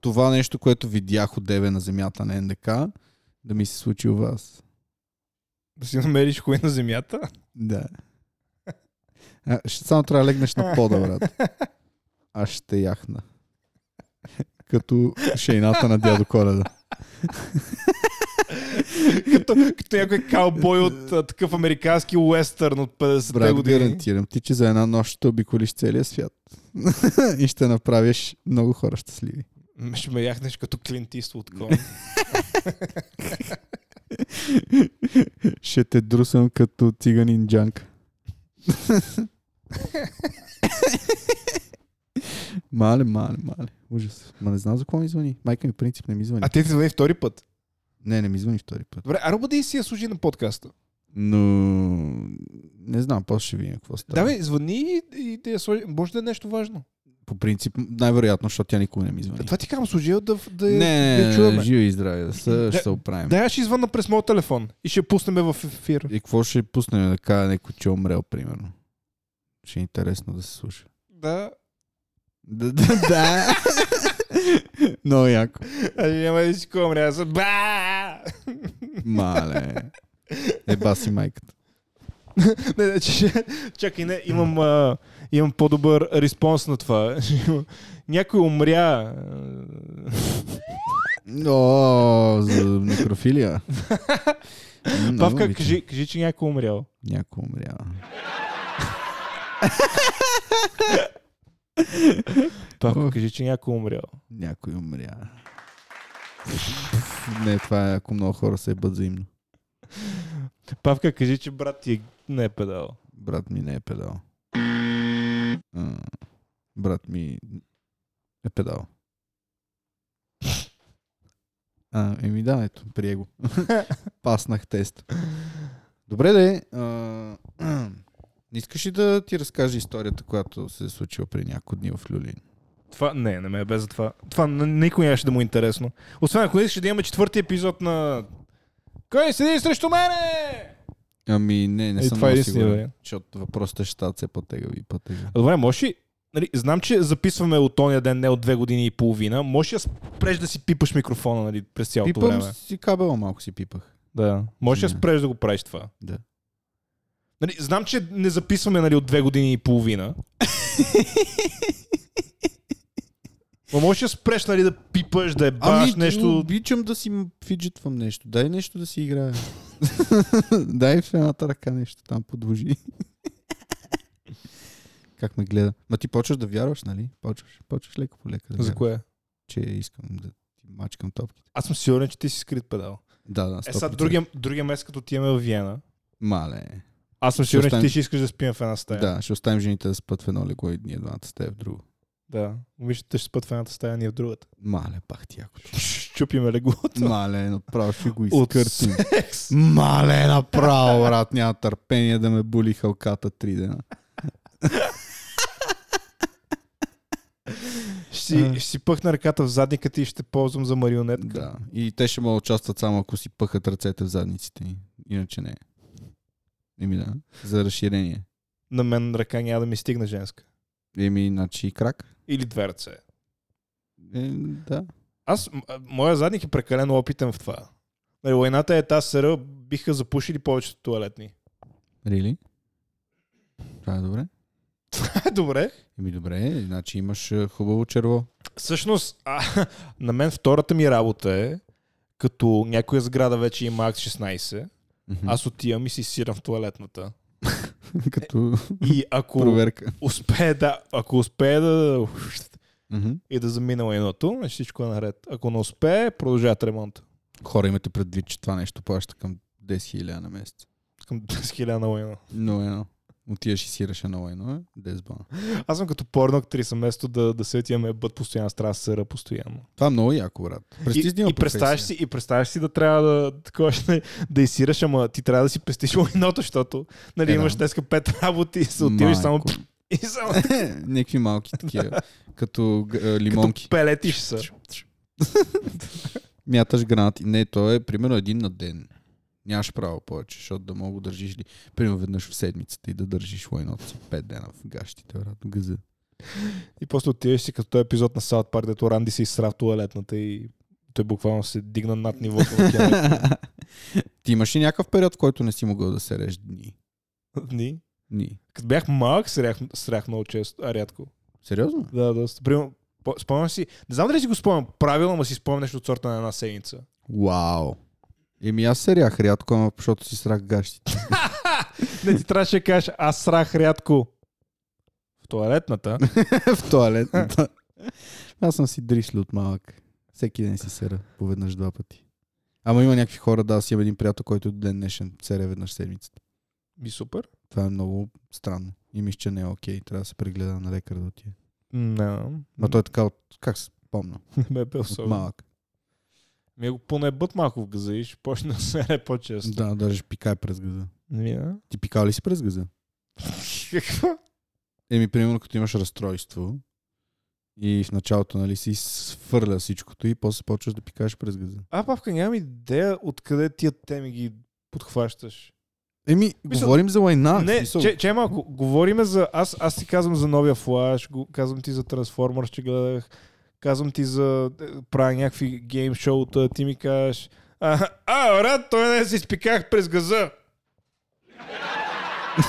[SPEAKER 2] това нещо, което видях от деве на земята на НДК, да ми се случи у вас.
[SPEAKER 1] Да си намериш хуй на земята?
[SPEAKER 2] Да. А, ще само трябва да легнеш на пода, брат. Аз ще яхна. Като шейната на дядо Коледа.
[SPEAKER 1] като, като някой каубой от а, такъв американски уестърн от 50-те
[SPEAKER 2] Брат,
[SPEAKER 1] години.
[SPEAKER 2] гарантирам ти, че за една нощ ще обиколиш целия свят. и ще направиш много хора щастливи.
[SPEAKER 1] М, Ще ме яхнеш като клинтист от кон.
[SPEAKER 2] Ще те друсам като циганин джанк. мале, мале, мале. Ужас. Ма не знам за какво ми звъни. Майка ми в принцип не ми звъни.
[SPEAKER 1] а ти ти звъни втори път.
[SPEAKER 2] Не, не ми звъни втори път.
[SPEAKER 1] Добре, а роба и си я служи на подкаста.
[SPEAKER 2] Но не знам, после ще видим какво става.
[SPEAKER 1] Давай, звъни и, и да я сложи. Може да е нещо важно.
[SPEAKER 2] По принцип, най-вероятно, защото тя никога не ми звъни.
[SPEAKER 1] Това ти казвам, служи да, да,
[SPEAKER 2] Не,
[SPEAKER 1] я-
[SPEAKER 2] не,
[SPEAKER 1] да
[SPEAKER 2] не,
[SPEAKER 1] я
[SPEAKER 2] не, не
[SPEAKER 1] чуваме.
[SPEAKER 2] живи и здрави, да се, ще се оправим.
[SPEAKER 1] Да, аз ще извънна през моят телефон и ще я пуснем в ефир.
[SPEAKER 2] И какво ще пуснем да кажа някой, че е умрел, примерно? Ще е интересно да се слуша.
[SPEAKER 1] Да.
[SPEAKER 2] Да, да, да. Много яко.
[SPEAKER 1] А Ами няма да си комря. Аз съм, ба!
[SPEAKER 2] Мале. Еба си майката.
[SPEAKER 1] Не, не, че, чакай, не, имам, а, имам по-добър респонс на това. Някой умря.
[SPEAKER 2] О, за некрофилия. М, много
[SPEAKER 1] Павка,
[SPEAKER 2] обичам.
[SPEAKER 1] кажи, кажи, че някой е умрял.
[SPEAKER 2] Някой умря.
[SPEAKER 1] Павка,
[SPEAKER 2] Ох.
[SPEAKER 1] кажи, че някой е умрял.
[SPEAKER 2] Някой умря. Не, това е ако много хора се ебат взаимно.
[SPEAKER 1] Павка, кажи, че брат ти е- не е педал.
[SPEAKER 2] Брат ми не е педал. А, брат ми е педал. А, еми да, ето, прие го. Паснах тест. Добре де, а, не искаш ли да ти разкажа историята, която се е случила при няколко дни в Люлин?
[SPEAKER 1] Това, не, не ме е без за това. Това на никой нямаше да му е интересно. Освен ако не искаш да имаме четвърти епизод на... Кой седи срещу мене?
[SPEAKER 2] Ами не, не
[SPEAKER 1] Е,
[SPEAKER 2] съм
[SPEAKER 1] това е
[SPEAKER 2] много
[SPEAKER 1] единствения
[SPEAKER 2] сигурен,
[SPEAKER 1] вариант.
[SPEAKER 2] защото въпросът е, ще стат все по-тегави и по-тегави.
[SPEAKER 1] А, Добре, може ли... Нали, знам, че записваме от ония ден, не от две години и половина. Може ли да спреш да си пипаш микрофона нали, през цялото
[SPEAKER 2] Пипам
[SPEAKER 1] време?
[SPEAKER 2] си кабела, малко си пипах.
[SPEAKER 1] Да. Може ли да
[SPEAKER 2] Не.
[SPEAKER 1] спреш да го правиш това?
[SPEAKER 2] Да.
[SPEAKER 1] Нали, знам, че не записваме нали, от две години и половина. Но можеш ли да спреш нали, да пипаш, да е баш
[SPEAKER 2] Ами, нещо...
[SPEAKER 1] нещо...
[SPEAKER 2] обичам да си м- фиджетвам нещо. Дай нещо да си играя. Дай в едната ръка нещо там подложи. как ме гледа. Ма ти почваш да вярваш, нали? Почваш, почваш леко по лека. Да вярваш,
[SPEAKER 1] кое?
[SPEAKER 2] Че искам да ти мачкам топките.
[SPEAKER 1] Аз съм сигурен, че ти си скрит педал.
[SPEAKER 2] Да, да, 100%.
[SPEAKER 1] Е, сега другия, другия месец, като отиваме в Виена,
[SPEAKER 2] Мале.
[SPEAKER 1] аз съм
[SPEAKER 2] Ще
[SPEAKER 1] сигурен, че ти
[SPEAKER 2] оставим-
[SPEAKER 1] ще искаш да спим в една стая.
[SPEAKER 2] Да, ще оставим жените да спът в едно легло и ние двамата сте в друго.
[SPEAKER 1] да. Момичетата ще спят в едната стая, ние в другата.
[SPEAKER 2] Мале, пах ти яко.
[SPEAKER 1] Щупиме леглото.
[SPEAKER 2] Мале, направо ще го
[SPEAKER 1] От
[SPEAKER 2] изкъртим.
[SPEAKER 1] секс.
[SPEAKER 2] Мале, направо, брат, няма търпение да ме боли халката три дена.
[SPEAKER 1] Ще, си- ще си пъхна ръката в задника ти и ще те ползвам за марионетка.
[SPEAKER 2] Да. И те ще могат да участват само ако си пъхат ръцете в задниците ни. Иначе не. Еми да. За разширение.
[SPEAKER 1] На мен ръка няма да ми стигне женска.
[SPEAKER 2] Еми, значи и крак.
[SPEAKER 1] Или две ръце.
[SPEAKER 2] Е, да.
[SPEAKER 1] Аз, м- а, моя задник е прекалено опитен в това. Нали, войната е тази сера, биха запушили повечето туалетни.
[SPEAKER 2] Рили? Това е добре.
[SPEAKER 1] Добре.
[SPEAKER 2] Еми добре, значи имаш е, хубаво черво.
[SPEAKER 1] Всъщност, а, на мен втората ми работа е, като някоя сграда вече има акт 16,
[SPEAKER 2] Аз
[SPEAKER 1] аз отивам и си сирам в туалетната. Е,
[SPEAKER 2] като
[SPEAKER 1] И ако
[SPEAKER 2] проверка.
[SPEAKER 1] успее да, ако успее да
[SPEAKER 2] Мгм.
[SPEAKER 1] и да замина лайното, значи всичко е наред. Ако не успее, продължават ремонта.
[SPEAKER 2] Хора имате предвид, че това нещо плаща към 10 000 на месец.
[SPEAKER 1] Към 10 000 на лайна.
[SPEAKER 2] Но едно. Отиваш и сираш едно едно, е? 10 бана.
[SPEAKER 1] Аз съм като порно актриса, вместо да, да се отиваме бъд постоянно, аз трябва да се съра постоянно.
[SPEAKER 2] Това е много яко, брат. Прести
[SPEAKER 1] и, и, представяш си, и представяш си да трябва да, такова, да, да изсираш, ама ти трябва да си пестиш лайното, защото нали,
[SPEAKER 2] Е, да.
[SPEAKER 1] имаш днеска пет работи и се отиваш само и само
[SPEAKER 2] Някакви малки такива. като г- а,
[SPEAKER 1] като
[SPEAKER 2] лимонки.
[SPEAKER 1] пелетиш са.
[SPEAKER 2] Мяташ гранати. Не, то е примерно един на ден. Нямаш право повече, защото да мога държиш ли. Примерно веднъж в седмицата и да държиш лайното си 5 дена в гащите, брат. Газа.
[SPEAKER 1] И после отиваш си като този епизод на Саут Парк, дето Ранди се изсра в туалетната и той буквално се дигна над нивото. на океана.
[SPEAKER 2] Ти имаш ли някакъв период, в който не си могъл да сереш дни?
[SPEAKER 1] Дни.
[SPEAKER 2] Дни.
[SPEAKER 1] Като бях малък, срях, срях много често, а рядко.
[SPEAKER 2] Сериозно?
[SPEAKER 1] Да, да. Примерно, по- спомням си, не знам дали си го спомням правилно, но си спомням нещо от сорта на една седмица.
[SPEAKER 2] Вау. Еми аз серях рядко, ама защото си срах гащите.
[SPEAKER 1] Не ти трябваше да кажеш, аз срах рядко в туалетната.
[SPEAKER 2] в туалетната. аз съм си дришли от малък. Всеки ден си сера, поведнъж два пъти. Ама има някакви хора, да, аз имам един приятел, който до ден днешен сере веднъж седмицата.
[SPEAKER 1] Ми супер.
[SPEAKER 2] Това е много странно. И мисля, че не е окей. Трябва да се прегледа на лекар да отиде.
[SPEAKER 1] Не,
[SPEAKER 2] Но той е така от... Как се помня?
[SPEAKER 1] не ме бе
[SPEAKER 2] От
[SPEAKER 1] особено.
[SPEAKER 2] малък.
[SPEAKER 1] Ми е го поне бът малко в газа и ще почне да се яде по-често. Нали,
[SPEAKER 2] Да, даже пикай през газа.
[SPEAKER 1] Да.
[SPEAKER 2] Ти пикал ли си през газа?
[SPEAKER 1] Какво?
[SPEAKER 2] Еми, примерно, като имаш разстройство и в началото, нали, си свърля всичкото и после почваш да пикаеш през газа.
[SPEAKER 1] А, папка, нямам идея откъде тия теми ги подхващаш.
[SPEAKER 2] Еми,
[SPEAKER 1] Мисъл-
[SPEAKER 2] говорим за лайна. в
[SPEAKER 1] не,
[SPEAKER 2] смисъл-
[SPEAKER 1] че, че малко, говориме за... Аз, аз ти казвам за новия флаш, го- казвам ти за Трансформърс, че гледах, казвам ти за е, правя някакви гейм шоута, ти ми кажеш... А, а, брат, той не си изпиках през газа.
[SPEAKER 2] Ми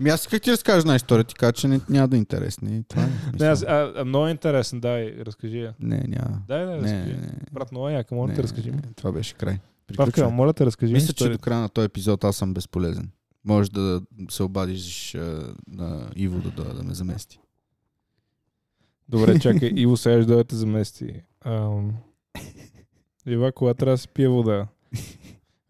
[SPEAKER 2] Ами аз как ти разкажа една история, ти кажа, че не, няма да е интересна. И това е,
[SPEAKER 1] Не,
[SPEAKER 2] мисъл.
[SPEAKER 1] аз, а, а, много е интересен, дай, разкажи я.
[SPEAKER 2] не, няма.
[SPEAKER 1] Дай, дай,
[SPEAKER 2] Не, не,
[SPEAKER 1] разкажи. я.
[SPEAKER 2] не,
[SPEAKER 1] Брат, много е яка, моля
[SPEAKER 2] не,
[SPEAKER 1] те, разкажи ми.
[SPEAKER 2] не, Това беше край.
[SPEAKER 1] Павка,
[SPEAKER 2] Приключваме.
[SPEAKER 1] моля те, разкажи ми
[SPEAKER 2] Мисля, че до
[SPEAKER 1] историята.
[SPEAKER 2] края на този епизод аз съм безполезен. Може да се обадиш а, на Иво да дойде да ме замести.
[SPEAKER 1] Добре, чакай, Иво, сега ще дойде да те замести. Ам... Ива, кога трябва да се пие вода?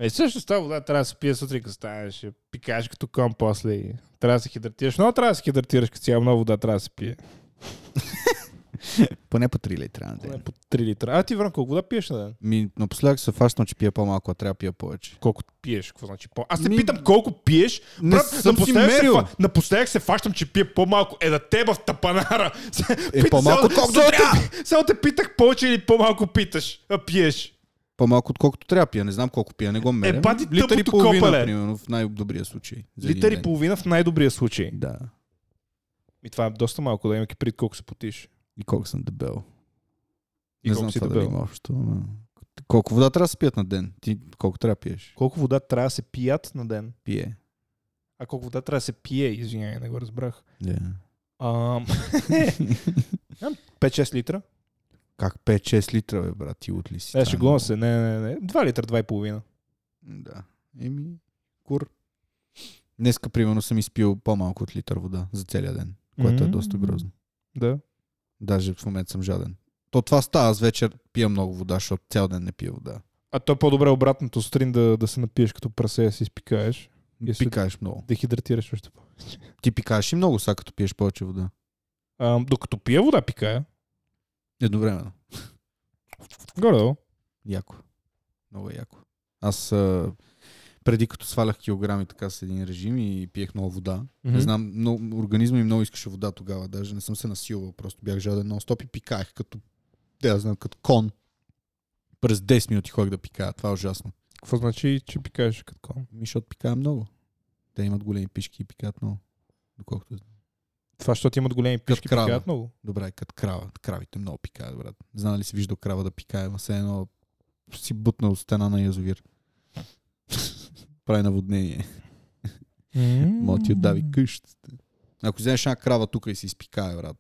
[SPEAKER 1] Е, също става вода, трябва да се пие сутрин, като станеш, я пикаеш като кон после и трябва да се хидратираш. Много трябва да се хидратираш, като цяло много вода трябва да се пие.
[SPEAKER 2] Поне по 3 литра на
[SPEAKER 1] Поне
[SPEAKER 2] ден.
[SPEAKER 1] по 3 литра. А ти, Врън, колко вода пиеш нали? на ден?
[SPEAKER 2] Ми, напоследък се фащам, че пия по-малко, а трябва да пия повече.
[SPEAKER 1] Колко пиеш? Какво значи по? Аз те
[SPEAKER 2] Ми-
[SPEAKER 1] питам колко пиеш.
[SPEAKER 2] Не
[SPEAKER 1] Брат,
[SPEAKER 2] съм си
[SPEAKER 1] напоследък се
[SPEAKER 2] мерил.
[SPEAKER 1] фа- Напоследък се фащам, че пие по-малко. Е да те в тапанара.
[SPEAKER 2] Е, по-малко, отколкото трябва.
[SPEAKER 1] Само те питах повече или по-малко питаш. А пиеш.
[SPEAKER 2] По-малко, отколкото трябва да пия. Не знам колко пия, не го меря.
[SPEAKER 1] бати
[SPEAKER 2] литър и
[SPEAKER 1] Е, тъпото
[SPEAKER 2] половина,
[SPEAKER 1] копале.
[SPEAKER 2] примерно, в най-добрия случай. за един
[SPEAKER 1] Литър и
[SPEAKER 2] ден.
[SPEAKER 1] половина в най-добрия случай.
[SPEAKER 2] Да.
[SPEAKER 1] И това е доста малко, да имайки пред колко се потиш.
[SPEAKER 2] И колко съм дебел.
[SPEAKER 1] И
[SPEAKER 2] не
[SPEAKER 1] колко
[SPEAKER 2] знам
[SPEAKER 1] си
[SPEAKER 2] това
[SPEAKER 1] дебел.
[SPEAKER 2] дали има общо. Ама... Колко вода трябва да се пият на ден? Ти колко трябва да пиеш?
[SPEAKER 1] Колко вода трябва да се пият на ден?
[SPEAKER 2] Пие.
[SPEAKER 1] А колко вода трябва да се пие? Извинявай, не го разбрах.
[SPEAKER 2] Yeah.
[SPEAKER 1] Ам... 5-6 литра?
[SPEAKER 2] Как 5-6 литра, бе, брат, ти отли си.
[SPEAKER 1] Е,
[SPEAKER 2] Това
[SPEAKER 1] ще
[SPEAKER 2] много.
[SPEAKER 1] се. Не, не, не. 2 литра, 2,5.
[SPEAKER 2] Да. Еми, кур. Днеска, примерно, съм изпил по-малко от литър вода за целия ден, което е
[SPEAKER 1] М.
[SPEAKER 2] доста грозно.
[SPEAKER 1] Да.
[SPEAKER 2] Даже в момента съм жаден. То това става, аз вечер пия много вода, защото цял ден не пия вода.
[SPEAKER 1] А то е по-добре обратното сутрин да, да се напиеш като прасе, да си изпикаеш, И след-
[SPEAKER 2] Пикаеш много.
[SPEAKER 1] дехидратираш още по.
[SPEAKER 2] Ти пикаеш и много сега, като пиеш повече вода.
[SPEAKER 1] Ам, докато пия вода, е. пикая.
[SPEAKER 2] Едновременно.
[SPEAKER 1] Горе
[SPEAKER 2] Яко. Много е яко. Аз а, преди като свалях килограми така с един режим и пиех много вода, mm-hmm. не знам, но организма ми много искаше вода тогава, даже не съм се насилвал, просто бях жаден нон-стоп и пикаех като, да я знам, като кон. През 10 минути ходих да пикая, това е ужасно.
[SPEAKER 1] Какво значи, че пикаеш като кон?
[SPEAKER 2] Ми, защото пикая много. Те имат големи пишки и пикаят много. Доколкото знам.
[SPEAKER 1] Това, защото имат големи
[SPEAKER 2] Като
[SPEAKER 1] пишки,
[SPEAKER 2] крава.
[SPEAKER 1] пикаят много.
[SPEAKER 2] Добре, като крава. Кравите много пикаят, брат. Знам ли си виждал крава да пикае, ама все едно си бутна от стена на язовир. Прави наводнение. Мо ти отдави къщата. Ако вземеш една крава тук и си изпикае, брат,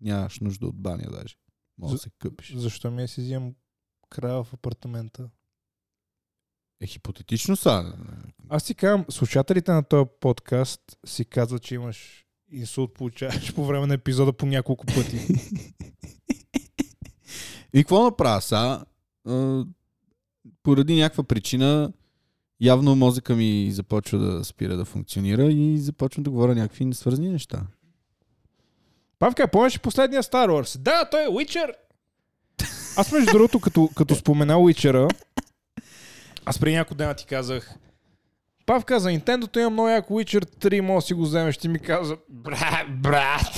[SPEAKER 2] нямаш нужда от баня даже. Може да
[SPEAKER 1] За-
[SPEAKER 2] се къпиш.
[SPEAKER 1] Защо ми я си взимам крава в апартамента?
[SPEAKER 2] Е, хипотетично са.
[SPEAKER 1] Аз си казвам, слушателите на този подкаст си казват, че имаш инсулт, получаваш по време на епизода по няколко пъти.
[SPEAKER 2] И какво направя сега? а, поради някаква причина явно мозъка ми започва да спира да функционира и започвам да говоря някакви несвързани неща.
[SPEAKER 1] Павка, помниш ли последния Star Wars? Да, той е Witcher! Аз между другото, като, като спомена Witcher, аз преди няколко дена ти казах, Павка, за Nintendo има много яко Witcher 3, може да си го вземеш. Ти ми каза, бра, брат.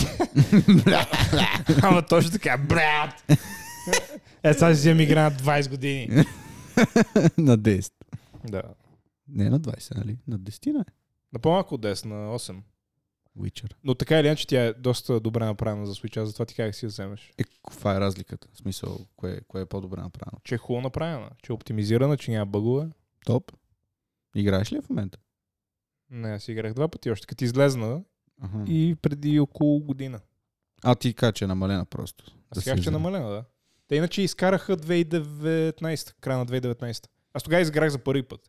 [SPEAKER 1] Ама точно така, брат. Е, сега си взема игра на 20 години.
[SPEAKER 2] на 10.
[SPEAKER 1] Да.
[SPEAKER 2] Не на 20, нали? На 10 на е.
[SPEAKER 1] На по-малко от 10, на 8.
[SPEAKER 2] Witcher.
[SPEAKER 1] Но така или иначе тя е доста добре направена за Switch, аз затова ти как си я вземеш.
[SPEAKER 2] Е, каква е разликата? В смисъл, кое, кое е по-добре направено?
[SPEAKER 1] Че е хубаво направена, че е оптимизирана, че няма бъгове.
[SPEAKER 2] Топ. Играеш ли в момента?
[SPEAKER 1] Не, аз играх два пъти още, като излезна
[SPEAKER 2] Аха.
[SPEAKER 1] и преди около година.
[SPEAKER 2] А ти кажа, че е намалена просто.
[SPEAKER 1] Аз
[SPEAKER 2] Да
[SPEAKER 1] сега
[SPEAKER 2] се
[SPEAKER 1] ще
[SPEAKER 2] вземе.
[SPEAKER 1] намалена, да. Те иначе изкараха 2019, края на 2019. Аз тогава изграх за първи път.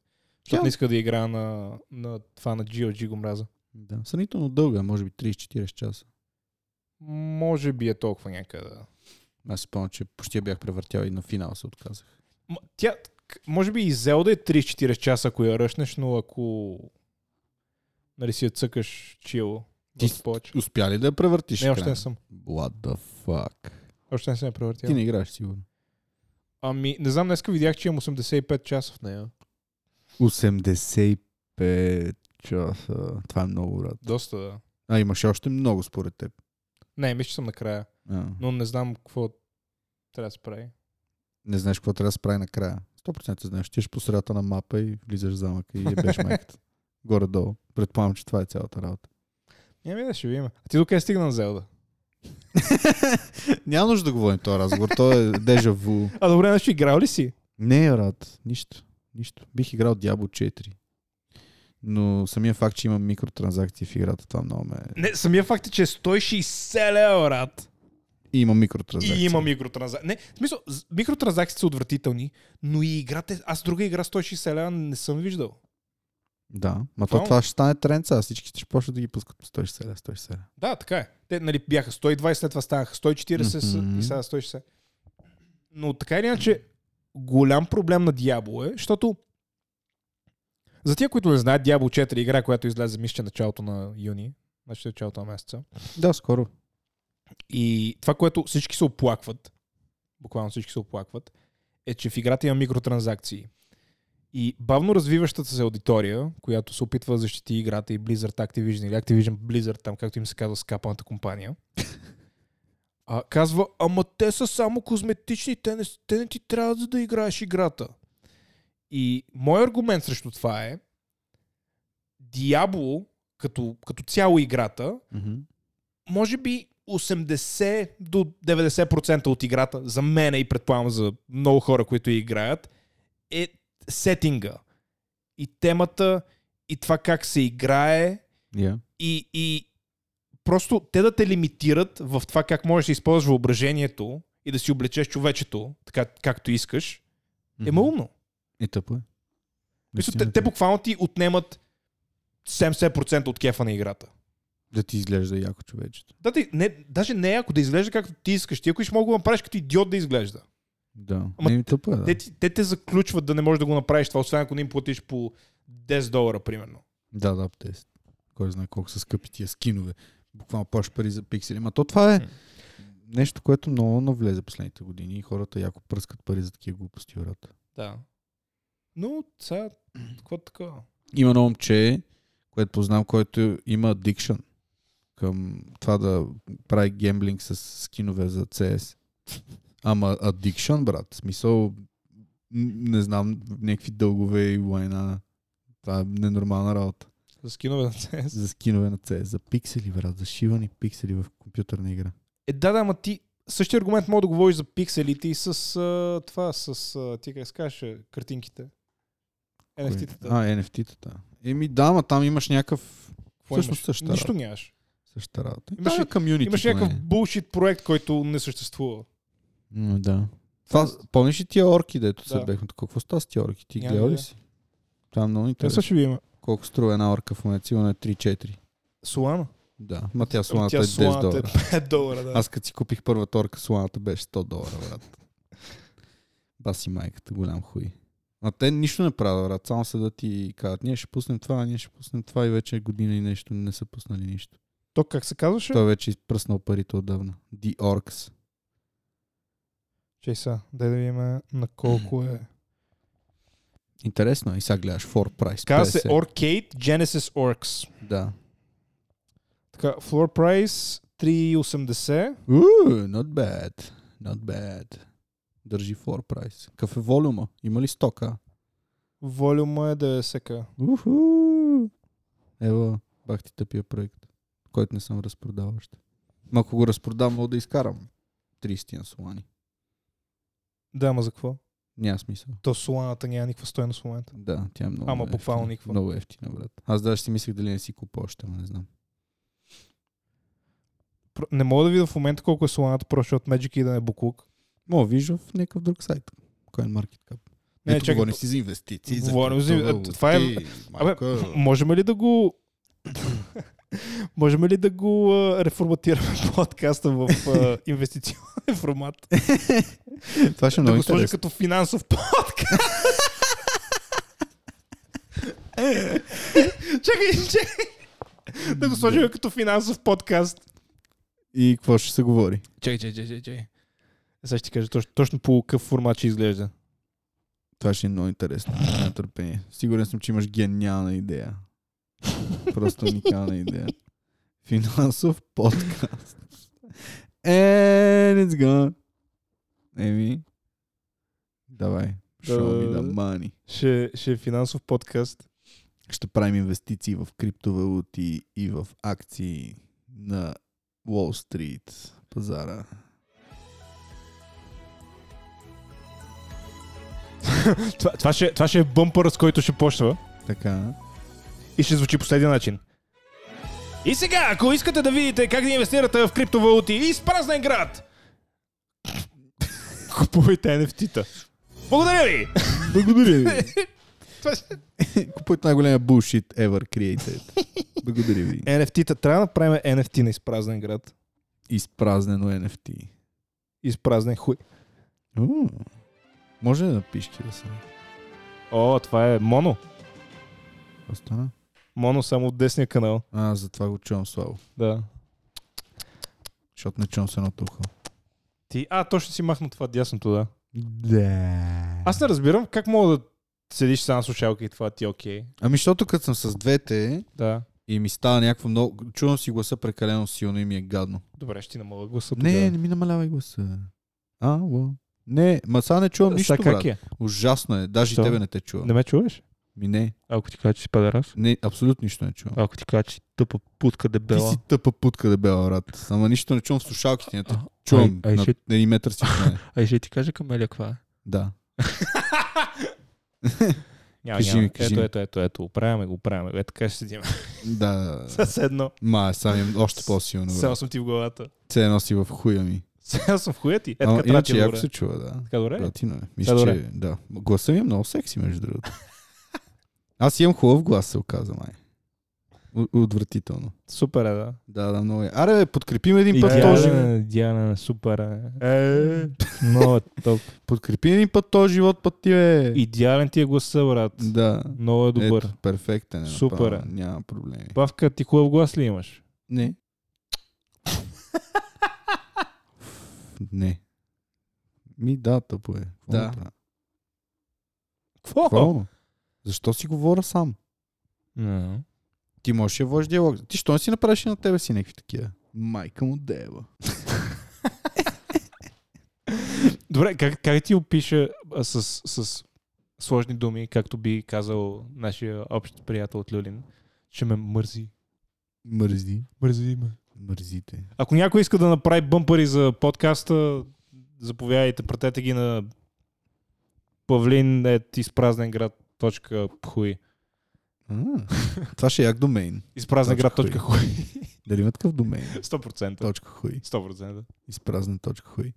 [SPEAKER 1] Защото
[SPEAKER 2] Тя-
[SPEAKER 1] не иска да игра на, на това на GOG го мраза.
[SPEAKER 2] Да. Сравнително дълга, може би 30-40 часа.
[SPEAKER 1] Може би е толкова някъде. да.
[SPEAKER 2] Аз си спомням, че почти я бях превъртял и на финал се отказах.
[SPEAKER 1] М- Тя, к- може би и Зелда е 3-4 часа, ако я ръшнеш, но ако нали си я цъкаш чило.
[SPEAKER 2] Ти
[SPEAKER 1] доста повече.
[SPEAKER 2] Успя ли да я превъртиш?
[SPEAKER 1] Не,
[SPEAKER 2] в
[SPEAKER 1] още
[SPEAKER 2] края?
[SPEAKER 1] не съм.
[SPEAKER 2] What the fuck?
[SPEAKER 1] Още не съм я
[SPEAKER 2] Ти
[SPEAKER 1] превъртял.
[SPEAKER 2] не играеш сигурно.
[SPEAKER 1] Ами, не знам, днеска видях, че имам 85 часа в нея.
[SPEAKER 2] 85 часа. Това е много брат.
[SPEAKER 1] Доста, да.
[SPEAKER 2] А имаш още много според теб.
[SPEAKER 1] Не, мисля, че съм накрая.
[SPEAKER 2] А,
[SPEAKER 1] Но не знам какво трябва да се прави.
[SPEAKER 2] не знаеш какво трябва да се прави накрая. 100% знаеш. Ти ще по средата на мапа и влизаш в замъка и ебеш майката. Горе-долу. Предполагам, че това е цялата работа.
[SPEAKER 1] Еми да ще видим. А ти докъде е стигна на Зелда?
[SPEAKER 2] Няма нужда да говорим този разговор. То е дежаву.
[SPEAKER 1] А добре, нещо играл ли си?
[SPEAKER 2] Не, рад. Нищо. Нищо. Бих играл Diablo 4. Но самия факт, че имам микротранзакции в играта, това много ме...
[SPEAKER 1] Не, самия факт е, че е 160 лева, брат.
[SPEAKER 2] И има микротранзакции.
[SPEAKER 1] И има микротранзакции. Не, в смисъл, з- микротранзакциите са отвратителни, но и играта... е- Аз друга игра 160 лева не съм виждал.
[SPEAKER 2] Да. Ма то
[SPEAKER 1] Фално.
[SPEAKER 2] това ще стане тренд, сега всичките ще почнат да ги пускат по 160, 160.
[SPEAKER 1] Да, така е. Те нали, бяха 120, след това станаха 140 с-
[SPEAKER 2] Мгм.
[SPEAKER 1] и сега 160. Но така или иначе, голям проблем на Diablo е, защото за тия, които не знаят, Diablo 4 е игра, която излезе, мисля, че началото на юни, значи началото на месеца.
[SPEAKER 2] Да, скоро.
[SPEAKER 1] И това, което всички се оплакват, буквално всички се оплакват, е, че в играта има микротранзакции. И бавно развиващата се аудитория, която се опитва да защити играта и Blizzard Activision или Activision Blizzard, там както им се казва скапаната компания, а, казва, ама те са само козметични, те не, с- те не ти трябва за да играеш играта. И мой аргумент срещу това е, Diablo, като, като цяло играта,
[SPEAKER 2] Mm-hmm.
[SPEAKER 1] може би 80 до 90% от играта, за мен и предполагам за много хора, които я играят, е сетинга. И темата, и това как се играе,
[SPEAKER 2] Yeah.
[SPEAKER 1] и, и просто те да те лимитират в това как можеш да използваш въображението и да си облечеш човечето, така както искаш, е малумно.
[SPEAKER 2] Е тъпо е.
[SPEAKER 1] Мисля,
[SPEAKER 2] Наистина
[SPEAKER 1] те,
[SPEAKER 2] е
[SPEAKER 1] те
[SPEAKER 2] тъпо.
[SPEAKER 1] буквално ти отнемат 70% от кефа на играта.
[SPEAKER 2] Да ти изглежда яко човечето.
[SPEAKER 1] Да, ти, не, даже не ако да изглежда както ти искаш. Ти ако искаш, мога да го направиш като идиот да изглежда.
[SPEAKER 2] Да.
[SPEAKER 1] Ама
[SPEAKER 2] не ми тъпо е, да.
[SPEAKER 1] Те, ти- те те заключват да не можеш да го направиш това, освен ако не им платиш по 10 долара, примерно.
[SPEAKER 2] Да, да, те. с- Кой знае колко са скъпи тия скинове. Буквално плащаш пари за пиксели. Ма то това е
[SPEAKER 1] М.
[SPEAKER 2] нещо, което много навлезе последните години и хората яко пръскат пари за такива глупости, брат.
[SPEAKER 1] Да. Но, сега, какво такова?
[SPEAKER 2] Има едно момче, което познавам, който има адикшън към това да прави гемблинг с скинове за CS. Ама адикшън, брат. В смисъл, н- не знам, някакви дългове и война. Това е ненормална работа.
[SPEAKER 1] За скинове на CS.
[SPEAKER 2] За скинове на CS, за пиксели, брат, за шивани пиксели в компютърна игра.
[SPEAKER 1] Е, да, да, ама ти същия аргумент мога да говориш за пикселите и с а, това, с а, ти как се казваше, картинките. NFT-тата.
[SPEAKER 2] А, NFT-тата. Еми да, ма там имаш някакъв...
[SPEAKER 1] Какво
[SPEAKER 2] всъщност
[SPEAKER 1] имаш?
[SPEAKER 2] същата
[SPEAKER 1] Нищо нямаш.
[SPEAKER 2] Същата работа.
[SPEAKER 1] Имаш
[SPEAKER 2] да,
[SPEAKER 1] ли-
[SPEAKER 2] комьюнити.
[SPEAKER 1] Имаш
[SPEAKER 2] поне.
[SPEAKER 1] някакъв булшит проект, който не съществува.
[SPEAKER 2] М, Да. Това, помниш ли тия орки, дето се
[SPEAKER 1] Да.
[SPEAKER 2] бехме? тук? Какво става с тия орки? Ти
[SPEAKER 1] Няма
[SPEAKER 2] гледал ли
[SPEAKER 1] идея.
[SPEAKER 2] си? Това е много
[SPEAKER 1] Не
[SPEAKER 2] интересно.
[SPEAKER 1] също ви има.
[SPEAKER 2] Колко струва една орка в момента? Сигурно е 3-4.
[SPEAKER 1] Солана.
[SPEAKER 2] Да, ма тя
[SPEAKER 1] Ама
[SPEAKER 2] слоната
[SPEAKER 1] Тя
[SPEAKER 2] е 10
[SPEAKER 1] соланата е
[SPEAKER 2] долара.
[SPEAKER 1] 5 долара, да.
[SPEAKER 2] Аз като си купих първата орка, слоната беше 100 долара, брат. Баси майката, голям хуй. А те нищо не правят, брат. Само се да ти кажат, ние ще пуснем това, ние ще пуснем това и вече година и нещо не са пуснали нищо.
[SPEAKER 1] То как се казваше?
[SPEAKER 2] Той вече изпръснал парите отдавна. The Orcs.
[SPEAKER 1] Чей са, дай да видим на колко е.
[SPEAKER 2] Интересно е. И сега гледаш for price.
[SPEAKER 1] Казва се
[SPEAKER 2] 50.
[SPEAKER 1] Orcade Genesis Orcs.
[SPEAKER 2] Да.
[SPEAKER 1] Така, floor price 3,80.
[SPEAKER 2] Ooh, not bad. Not bad. Държи for price. Какъв е волюма? Има ли стока?
[SPEAKER 1] Волюма е 90к.
[SPEAKER 2] Уху! Ева, бах ти тъпия проект, който не съм разпродал още. Ма ако го разпродам, мога да изкарам 30 на солани.
[SPEAKER 1] Да, ма за какво?
[SPEAKER 2] Няма смисъл.
[SPEAKER 1] То соланата няма никаква стойност в момента.
[SPEAKER 2] Да, тя е много
[SPEAKER 1] Ама
[SPEAKER 2] ефтина.
[SPEAKER 1] буквално никаква.
[SPEAKER 2] Много ефтина, брат. Аз даже си мислех дали не си купа още, ама не знам.
[SPEAKER 1] Пр- Не мога да видя в момента колко е соланата, просто от Magic и да не е буклук.
[SPEAKER 2] Мо, виж в някакъв друг сайт. CoinMarketCap.
[SPEAKER 1] Не,
[SPEAKER 2] Ето
[SPEAKER 1] чакай,
[SPEAKER 2] говорим
[SPEAKER 1] по-
[SPEAKER 2] си за инвестиции. за
[SPEAKER 1] говорим за-
[SPEAKER 2] криптовалути,
[SPEAKER 1] е, това е- Абе,
[SPEAKER 2] майка.
[SPEAKER 1] м- можем ли да го... можем ли да го а, реформатираме подкаста в а, инвестиционен формат?
[SPEAKER 2] Това ще е
[SPEAKER 1] да
[SPEAKER 2] много
[SPEAKER 1] го сложи
[SPEAKER 2] интересно.
[SPEAKER 1] като финансов подкаст. чакай, чакай. Да го сложим като финансов подкаст.
[SPEAKER 2] И какво ще се говори?
[SPEAKER 1] Чакай, чакай, чакай, чакай. Сега ще ти кажа точно, точно по какъв формат ще изглежда.
[SPEAKER 2] Това ще е много интересно. Няма търпение. Сигурен съм, че имаш гениална идея. Просто уникална идея. Финансов подкаст. And it's gone. Еми. Давай. Show me the money.
[SPEAKER 1] Ще, ще е финансов подкаст.
[SPEAKER 2] Ще правим инвестиции в криптовалути и в акции на Wall Street пазара.
[SPEAKER 1] Това, това, ще, това ще е бъмпър, с който ще почва.
[SPEAKER 2] Така.
[SPEAKER 1] И ще звучи последния начин. И сега, ако искате да видите как да инвестирате в криптовалути и изпразнен град, купувайте NFT-та. Благодаря ви!
[SPEAKER 2] Благодаря ви.
[SPEAKER 1] Това ще-
[SPEAKER 2] Купуйте най-големия bullshit ever created. Благодаря ви.
[SPEAKER 1] NFT-та. Трябва да направим NFT на изпразнен град.
[SPEAKER 2] Изпразнено NFT.
[SPEAKER 1] Изпразнен хуй.
[SPEAKER 2] Уу. Може ли да пишки да са?
[SPEAKER 1] О, това е моно.
[SPEAKER 2] Остана?
[SPEAKER 1] Моно само от десния канал.
[SPEAKER 2] А, затова го чувам слабо.
[SPEAKER 1] Да.
[SPEAKER 2] Защото не чувам с едното ухо.
[SPEAKER 1] Ти... А, точно си махна това дясното, да.
[SPEAKER 2] Да.
[SPEAKER 1] Аз не разбирам как мога да седиш само на слушалка и това ти е окей.
[SPEAKER 2] Ами, защото като съм с двете
[SPEAKER 1] Да.
[SPEAKER 2] и ми става някакво много... Чувам си гласа прекалено силно и ми е гадно.
[SPEAKER 1] Добре, ще ти намаля гласа.
[SPEAKER 2] Не, не ми намалявай гласа. Ало. Не, ма сега не чувам нищо, брат.
[SPEAKER 1] е?
[SPEAKER 2] Ужасно е. Даже
[SPEAKER 1] Що?
[SPEAKER 2] и тебе не те чувам.
[SPEAKER 1] Не ме чуваш?
[SPEAKER 2] Ми не.
[SPEAKER 1] Ако ти кажа, че си педерас?
[SPEAKER 2] Не, абсолютно нищо не чувам.
[SPEAKER 1] Ако ти кажа, че тъпа путка
[SPEAKER 2] Ти
[SPEAKER 1] дебела.
[SPEAKER 2] си тъпа путка, дебела, брат. Ама нищо не чувам в слушалките. Не те чувам.
[SPEAKER 3] ай,
[SPEAKER 2] на
[SPEAKER 3] ще-
[SPEAKER 2] един метър си от мене.
[SPEAKER 3] А и ще ти кажа Камелия каква е.
[SPEAKER 2] Да.
[SPEAKER 1] Няма,
[SPEAKER 2] Кажи
[SPEAKER 1] няма.
[SPEAKER 2] ми, кажи
[SPEAKER 1] ето,
[SPEAKER 2] ми.
[SPEAKER 1] ето, ето, ето, оправяме го, оправяме го. Е така ще седим.
[SPEAKER 2] Да.
[SPEAKER 1] Съседно.
[SPEAKER 2] Ма, сега ми е още по-силно.
[SPEAKER 1] Сега
[SPEAKER 2] Сега
[SPEAKER 1] съм ти в главата.
[SPEAKER 2] се носи в хуя ми.
[SPEAKER 1] Сега съм в хуя ти. Е
[SPEAKER 2] Ама
[SPEAKER 1] така Е. трябва ти
[SPEAKER 2] иначе
[SPEAKER 1] да
[SPEAKER 2] яко
[SPEAKER 1] говоря.
[SPEAKER 2] се чува, да.
[SPEAKER 1] Така добре. ли?
[SPEAKER 2] Братина, мисля,
[SPEAKER 1] добре.
[SPEAKER 2] че да. Гласа ми е много секси, между другото. Аз имам хубав глас, се оказа, май. У- Отвратително.
[SPEAKER 1] Супер е, да.
[SPEAKER 2] Да, да, много е. Аре, бе, подкрепим един път този живот.
[SPEAKER 3] Идеален, идеален, супер е.
[SPEAKER 1] Е,
[SPEAKER 3] Много е топ.
[SPEAKER 2] Подкрепим един път този живот, път ти е.
[SPEAKER 1] идеален ти е гласа, брат.
[SPEAKER 2] Да.
[SPEAKER 1] Много е добър.
[SPEAKER 2] Ето, перфектен е.
[SPEAKER 1] Супер е.
[SPEAKER 2] направо. Няма проблеми.
[SPEAKER 1] Павка, ти хубав глас ли имаш?
[SPEAKER 2] Не. Не. Ми да, тъпо е. Какво
[SPEAKER 1] Да.
[SPEAKER 2] да правя?
[SPEAKER 1] Какво?
[SPEAKER 2] Какво? Защо си говоря сам?
[SPEAKER 3] Да.
[SPEAKER 2] Ти можеш да водиш диалог. Ти що не си направиш и на тебе си някакви такива? Майка му дева.
[SPEAKER 1] Добре, как, как ти опиша а, с, с сложни думи, както би казал нашия общ приятел от Люлин, че ме мързи.
[SPEAKER 2] Мързи.
[SPEAKER 1] Мързи ме.
[SPEAKER 2] Мързите.
[SPEAKER 1] Ако някой иска да направи бъмпари за подкаста, заповядайте, пратете ги на павлин от изпразненград.хуй
[SPEAKER 2] А, това ще е як домейн. Точка
[SPEAKER 1] изпразненград.хуй
[SPEAKER 2] Дали има такъв домейн?
[SPEAKER 1] 100%.
[SPEAKER 2] Точка хуй.
[SPEAKER 1] 100%.
[SPEAKER 2] Изпразнен точка хуй.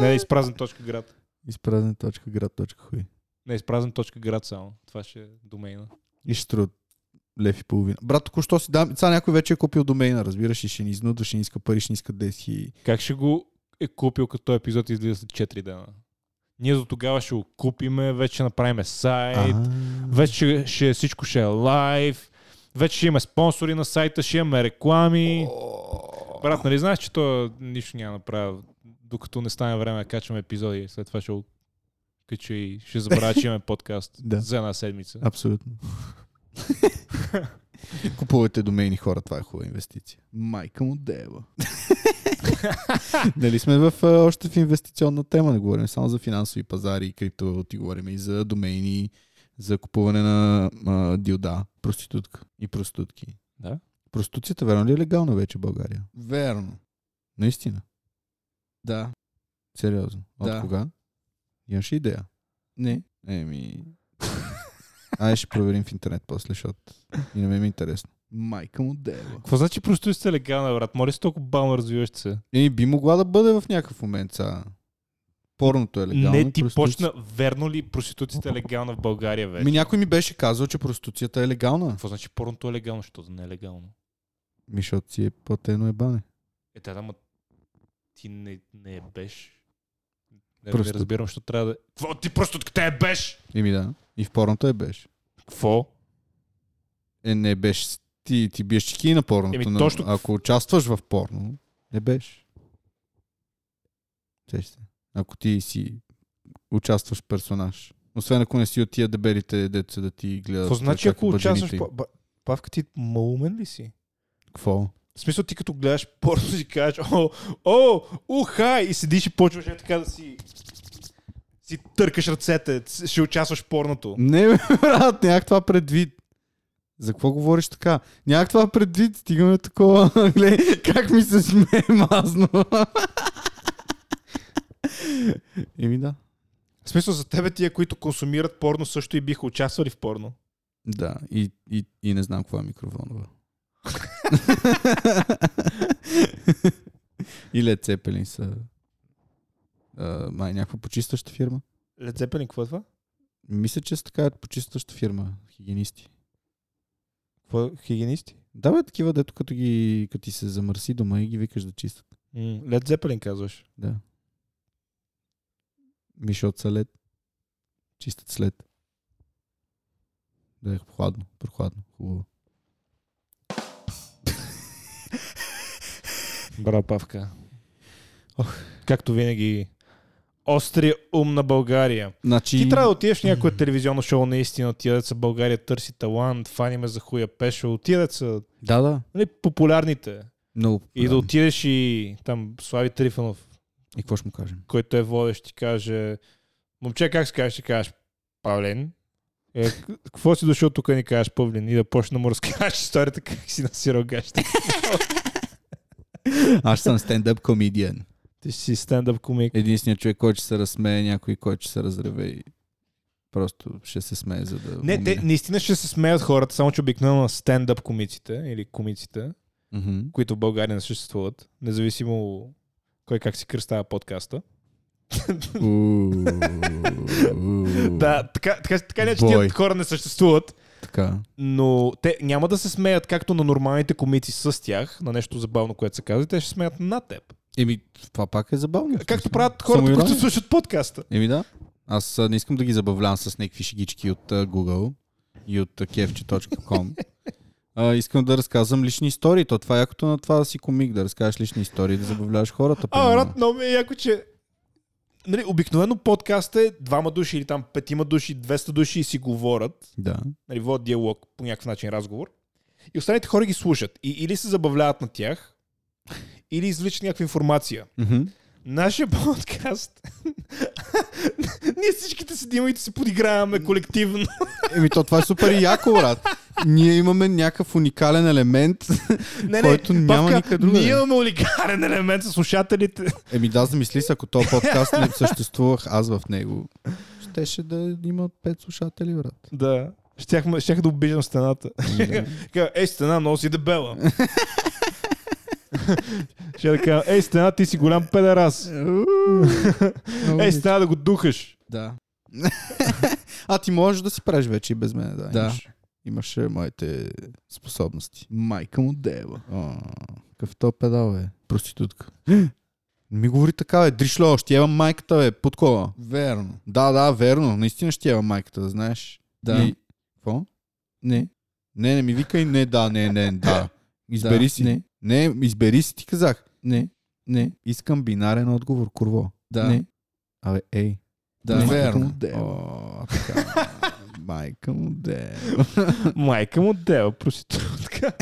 [SPEAKER 1] Не, изпразнен точка град.
[SPEAKER 2] Изпразнен точка град точка хуй.
[SPEAKER 1] Не, изпразнен точка град само. Това ще е домейна.
[SPEAKER 2] И ще струва лев и половина. Брат, току-що си дам... Сега някой вече е купил домейна, разбираш, и ще ни изнудва, ще ни иска пари, ще ни иска 10 хиляди.
[SPEAKER 1] Как ще го е купил като този епизод излиза след 4 дена? Ние до тогава ще го купиме, вече ще направим сайт,
[SPEAKER 2] А,
[SPEAKER 1] вече ще, всичко ще е лайв, вече ще имаме спонсори на сайта, ще имаме реклами. Брат, нали знаеш, че то нищо няма да направя, докато не стане време да качваме епизоди, след това ще го кача и ще забравя, че имаме подкаст
[SPEAKER 2] Да.
[SPEAKER 1] за една седмица.
[SPEAKER 2] Абсолютно. Купувате домейни хора, това е хубава инвестиция. Майка му дева. Нали сме в, а, още в инвестиционна тема, не говорим само за финансови пазари и криптовалути, говорим и за домейни, за купуване на а, дилда, проститутка и проститутки.
[SPEAKER 3] Да.
[SPEAKER 2] Проституцията, верно ли е легална вече в България? Верно. Наистина? Да. Сериозно? От
[SPEAKER 4] Да.
[SPEAKER 2] кога? Имаш ли идея? Не. Еми... Ай, ще проверим в интернет после, защото и на мен ми е интересно. Майка му дева.
[SPEAKER 1] Какво значи просто сте легална, брат? Моля си толкова бавно развиваш се.
[SPEAKER 2] Еми, би могла да бъде в някакъв момент, са. Порното е легално.
[SPEAKER 1] не, ти
[SPEAKER 2] проституци-
[SPEAKER 1] почна, верно ли проституцията е легална в България вече?
[SPEAKER 2] Ми някой ми беше казал, че проституцията е легална.
[SPEAKER 1] Какво значи порното е легално, защото не е легално?
[SPEAKER 2] Ми, защото си е платено ебане.
[SPEAKER 1] Е, да, ама ти не, не е беше. Не,
[SPEAKER 2] Просто-
[SPEAKER 1] не разбирам, що трябва да... Какво ти просто те е беше?
[SPEAKER 2] Еми да. И в порното е беше.
[SPEAKER 1] Какво?
[SPEAKER 2] Е, не беше. с- Ти, ти биеш чеки на порното.
[SPEAKER 1] Еми,
[SPEAKER 2] но
[SPEAKER 1] точно-
[SPEAKER 2] Ако участваш в порно, не беше. Сещаш се. Ако ти си участваш персонаж. Освен ако не си от тия дебелите деца да ти гледат.
[SPEAKER 1] Какво значи
[SPEAKER 2] как
[SPEAKER 1] ако
[SPEAKER 2] баджаните
[SPEAKER 1] участваш...
[SPEAKER 2] им.
[SPEAKER 1] по- ба- Павка, ти малумен ли си?
[SPEAKER 2] Какво?
[SPEAKER 1] В смисъл ти като гледаш порно си кажеш о, о, уха и седиш и почваш е така да си си търкаш ръцете, с- ще участваш в порното.
[SPEAKER 2] Не, бе, брат, нямах това предвид. За какво говориш така? Нямах това предвид, стигаме до такова. Гледай, как ми се смее мазно. Еми да.
[SPEAKER 1] В смисъл за тебе тия, които консумират порно също и биха участвали в порно.
[SPEAKER 2] Да, и, и, и не знам каква е микрофонова. и Лед е Цепелин са а, май е някаква почистваща фирма.
[SPEAKER 1] Лецепени, какво е това?
[SPEAKER 2] Мисля, че са така почистваща фирма, хигиенисти.
[SPEAKER 1] Какво? е, Хигиенисти?
[SPEAKER 2] Да, бе, такива, дето като, ги, като ти се замърси дома и ги викаш да чистят.
[SPEAKER 1] Лед Зепелин казваш.
[SPEAKER 2] Да. Мишот са лед. Чистят след. Да е хладно, прохладно, хубаво.
[SPEAKER 1] Браво, Павка. Ох, както винаги, остри ум на България.
[SPEAKER 2] Значи...
[SPEAKER 1] Ти трябва да отидеш в някое телевизионно шоу, наистина, тия деца България търси талант, фаниме за хуя пешо, тия деца,
[SPEAKER 2] Да, да.
[SPEAKER 1] нали, популярните.
[SPEAKER 2] Много.
[SPEAKER 1] И да отидеш и там Слави Трифонов,
[SPEAKER 2] И какво ще му кажем?
[SPEAKER 1] който е водещ, ти каже, момче, как се кажеш, ще кажеш, Павлин. Е, к- какво си дошъл тук и ни кажеш, Павлин? И да почна да му разкажеш историята, как си насирал гащите.
[SPEAKER 2] Аз съм стендъп комедиан.
[SPEAKER 1] Ти си стендъп комик.
[SPEAKER 2] Единственият човек, който ще се разсмее, е някой, който ще се разреве и просто ще се смее, за да...
[SPEAKER 1] Не, те наистина ще се смеят хората, само че обикновено стендъп комиците или комиците,
[SPEAKER 2] Mm-hmm.
[SPEAKER 1] които в България не съществуват, независимо кой как си кръстава подкаста. Да, така, така, така не, че
[SPEAKER 2] Бой.
[SPEAKER 1] тия хора не съществуват,
[SPEAKER 2] Така.
[SPEAKER 1] но те няма да се смеят както на нормалните комици с тях, на нещо забавно, което се казва, и те ще се смеят на теб.
[SPEAKER 2] Еми, това пак е забавно.
[SPEAKER 1] Както правят хората,
[SPEAKER 2] Самоирония.
[SPEAKER 1] които слушат подкаста.
[SPEAKER 2] Еми да. Аз а, не искам да ги забавлявам с някакви шигички от а, Google и от а, kefche.com. А, искам да разказвам лични истории. То това е якото на това да си комик, да разкажеш лични истории, да забавляваш хората.
[SPEAKER 1] А,
[SPEAKER 2] примерно.
[SPEAKER 1] брат, много ми е яко, че Нали, обикновено подкаст е двама души или там петима души, 200 души и си говорят.
[SPEAKER 2] Да.
[SPEAKER 1] нали, водят диалог по някакъв начин разговор. И останалите хора ги слушат. И или се забавляват на тях, или извличат някаква информация.
[SPEAKER 2] Мгм.
[SPEAKER 1] Нашия подкаст. Ние всичките седим и се подиграваме колективно.
[SPEAKER 2] Еми, то това е супер яко, брат. Ние имаме някакъв уникален елемент.
[SPEAKER 1] Не,
[SPEAKER 2] Който няма никъде другаде.
[SPEAKER 1] Ние имаме олигарен елемент с слушателите.
[SPEAKER 2] Еми, да, замисли се, ако този подкаст не съществувах аз в него. Щеше да има пет слушатели, брат.
[SPEAKER 1] Да. Щяхме, щях да обиждам стената.
[SPEAKER 2] Еми, да.
[SPEAKER 1] Ка, Ей, стена, много си дебела. Ще да кажа, ей, стена, ти си голям педерас. Ей, стена, да го духаш.
[SPEAKER 2] Да. а ти можеш да си правиш вече и без мен, да. Имаш, имаш е, моите способности. Майка му дева. Какъв то педал е? Проститутка. Не ми говори така, бе. Дришло, ще ям майката, бе. Подкова.
[SPEAKER 4] Верно.
[SPEAKER 2] Да, да, верно. Наистина ще ям майката, да знаеш.
[SPEAKER 4] Да.
[SPEAKER 2] И... Какво? Не. Не, не ми викай не, да, не, не, да. Избери
[SPEAKER 4] Да,
[SPEAKER 2] си.
[SPEAKER 4] не.
[SPEAKER 2] не, избери си ти казах.
[SPEAKER 4] Не. Не.
[SPEAKER 2] Искам бинарен отговор, курво.
[SPEAKER 4] Да.
[SPEAKER 2] Не. Абе, ей.
[SPEAKER 4] Да,
[SPEAKER 2] Майка му
[SPEAKER 4] верно.
[SPEAKER 2] де. О, така. Майка му де.
[SPEAKER 1] Майка му дел, проститутка.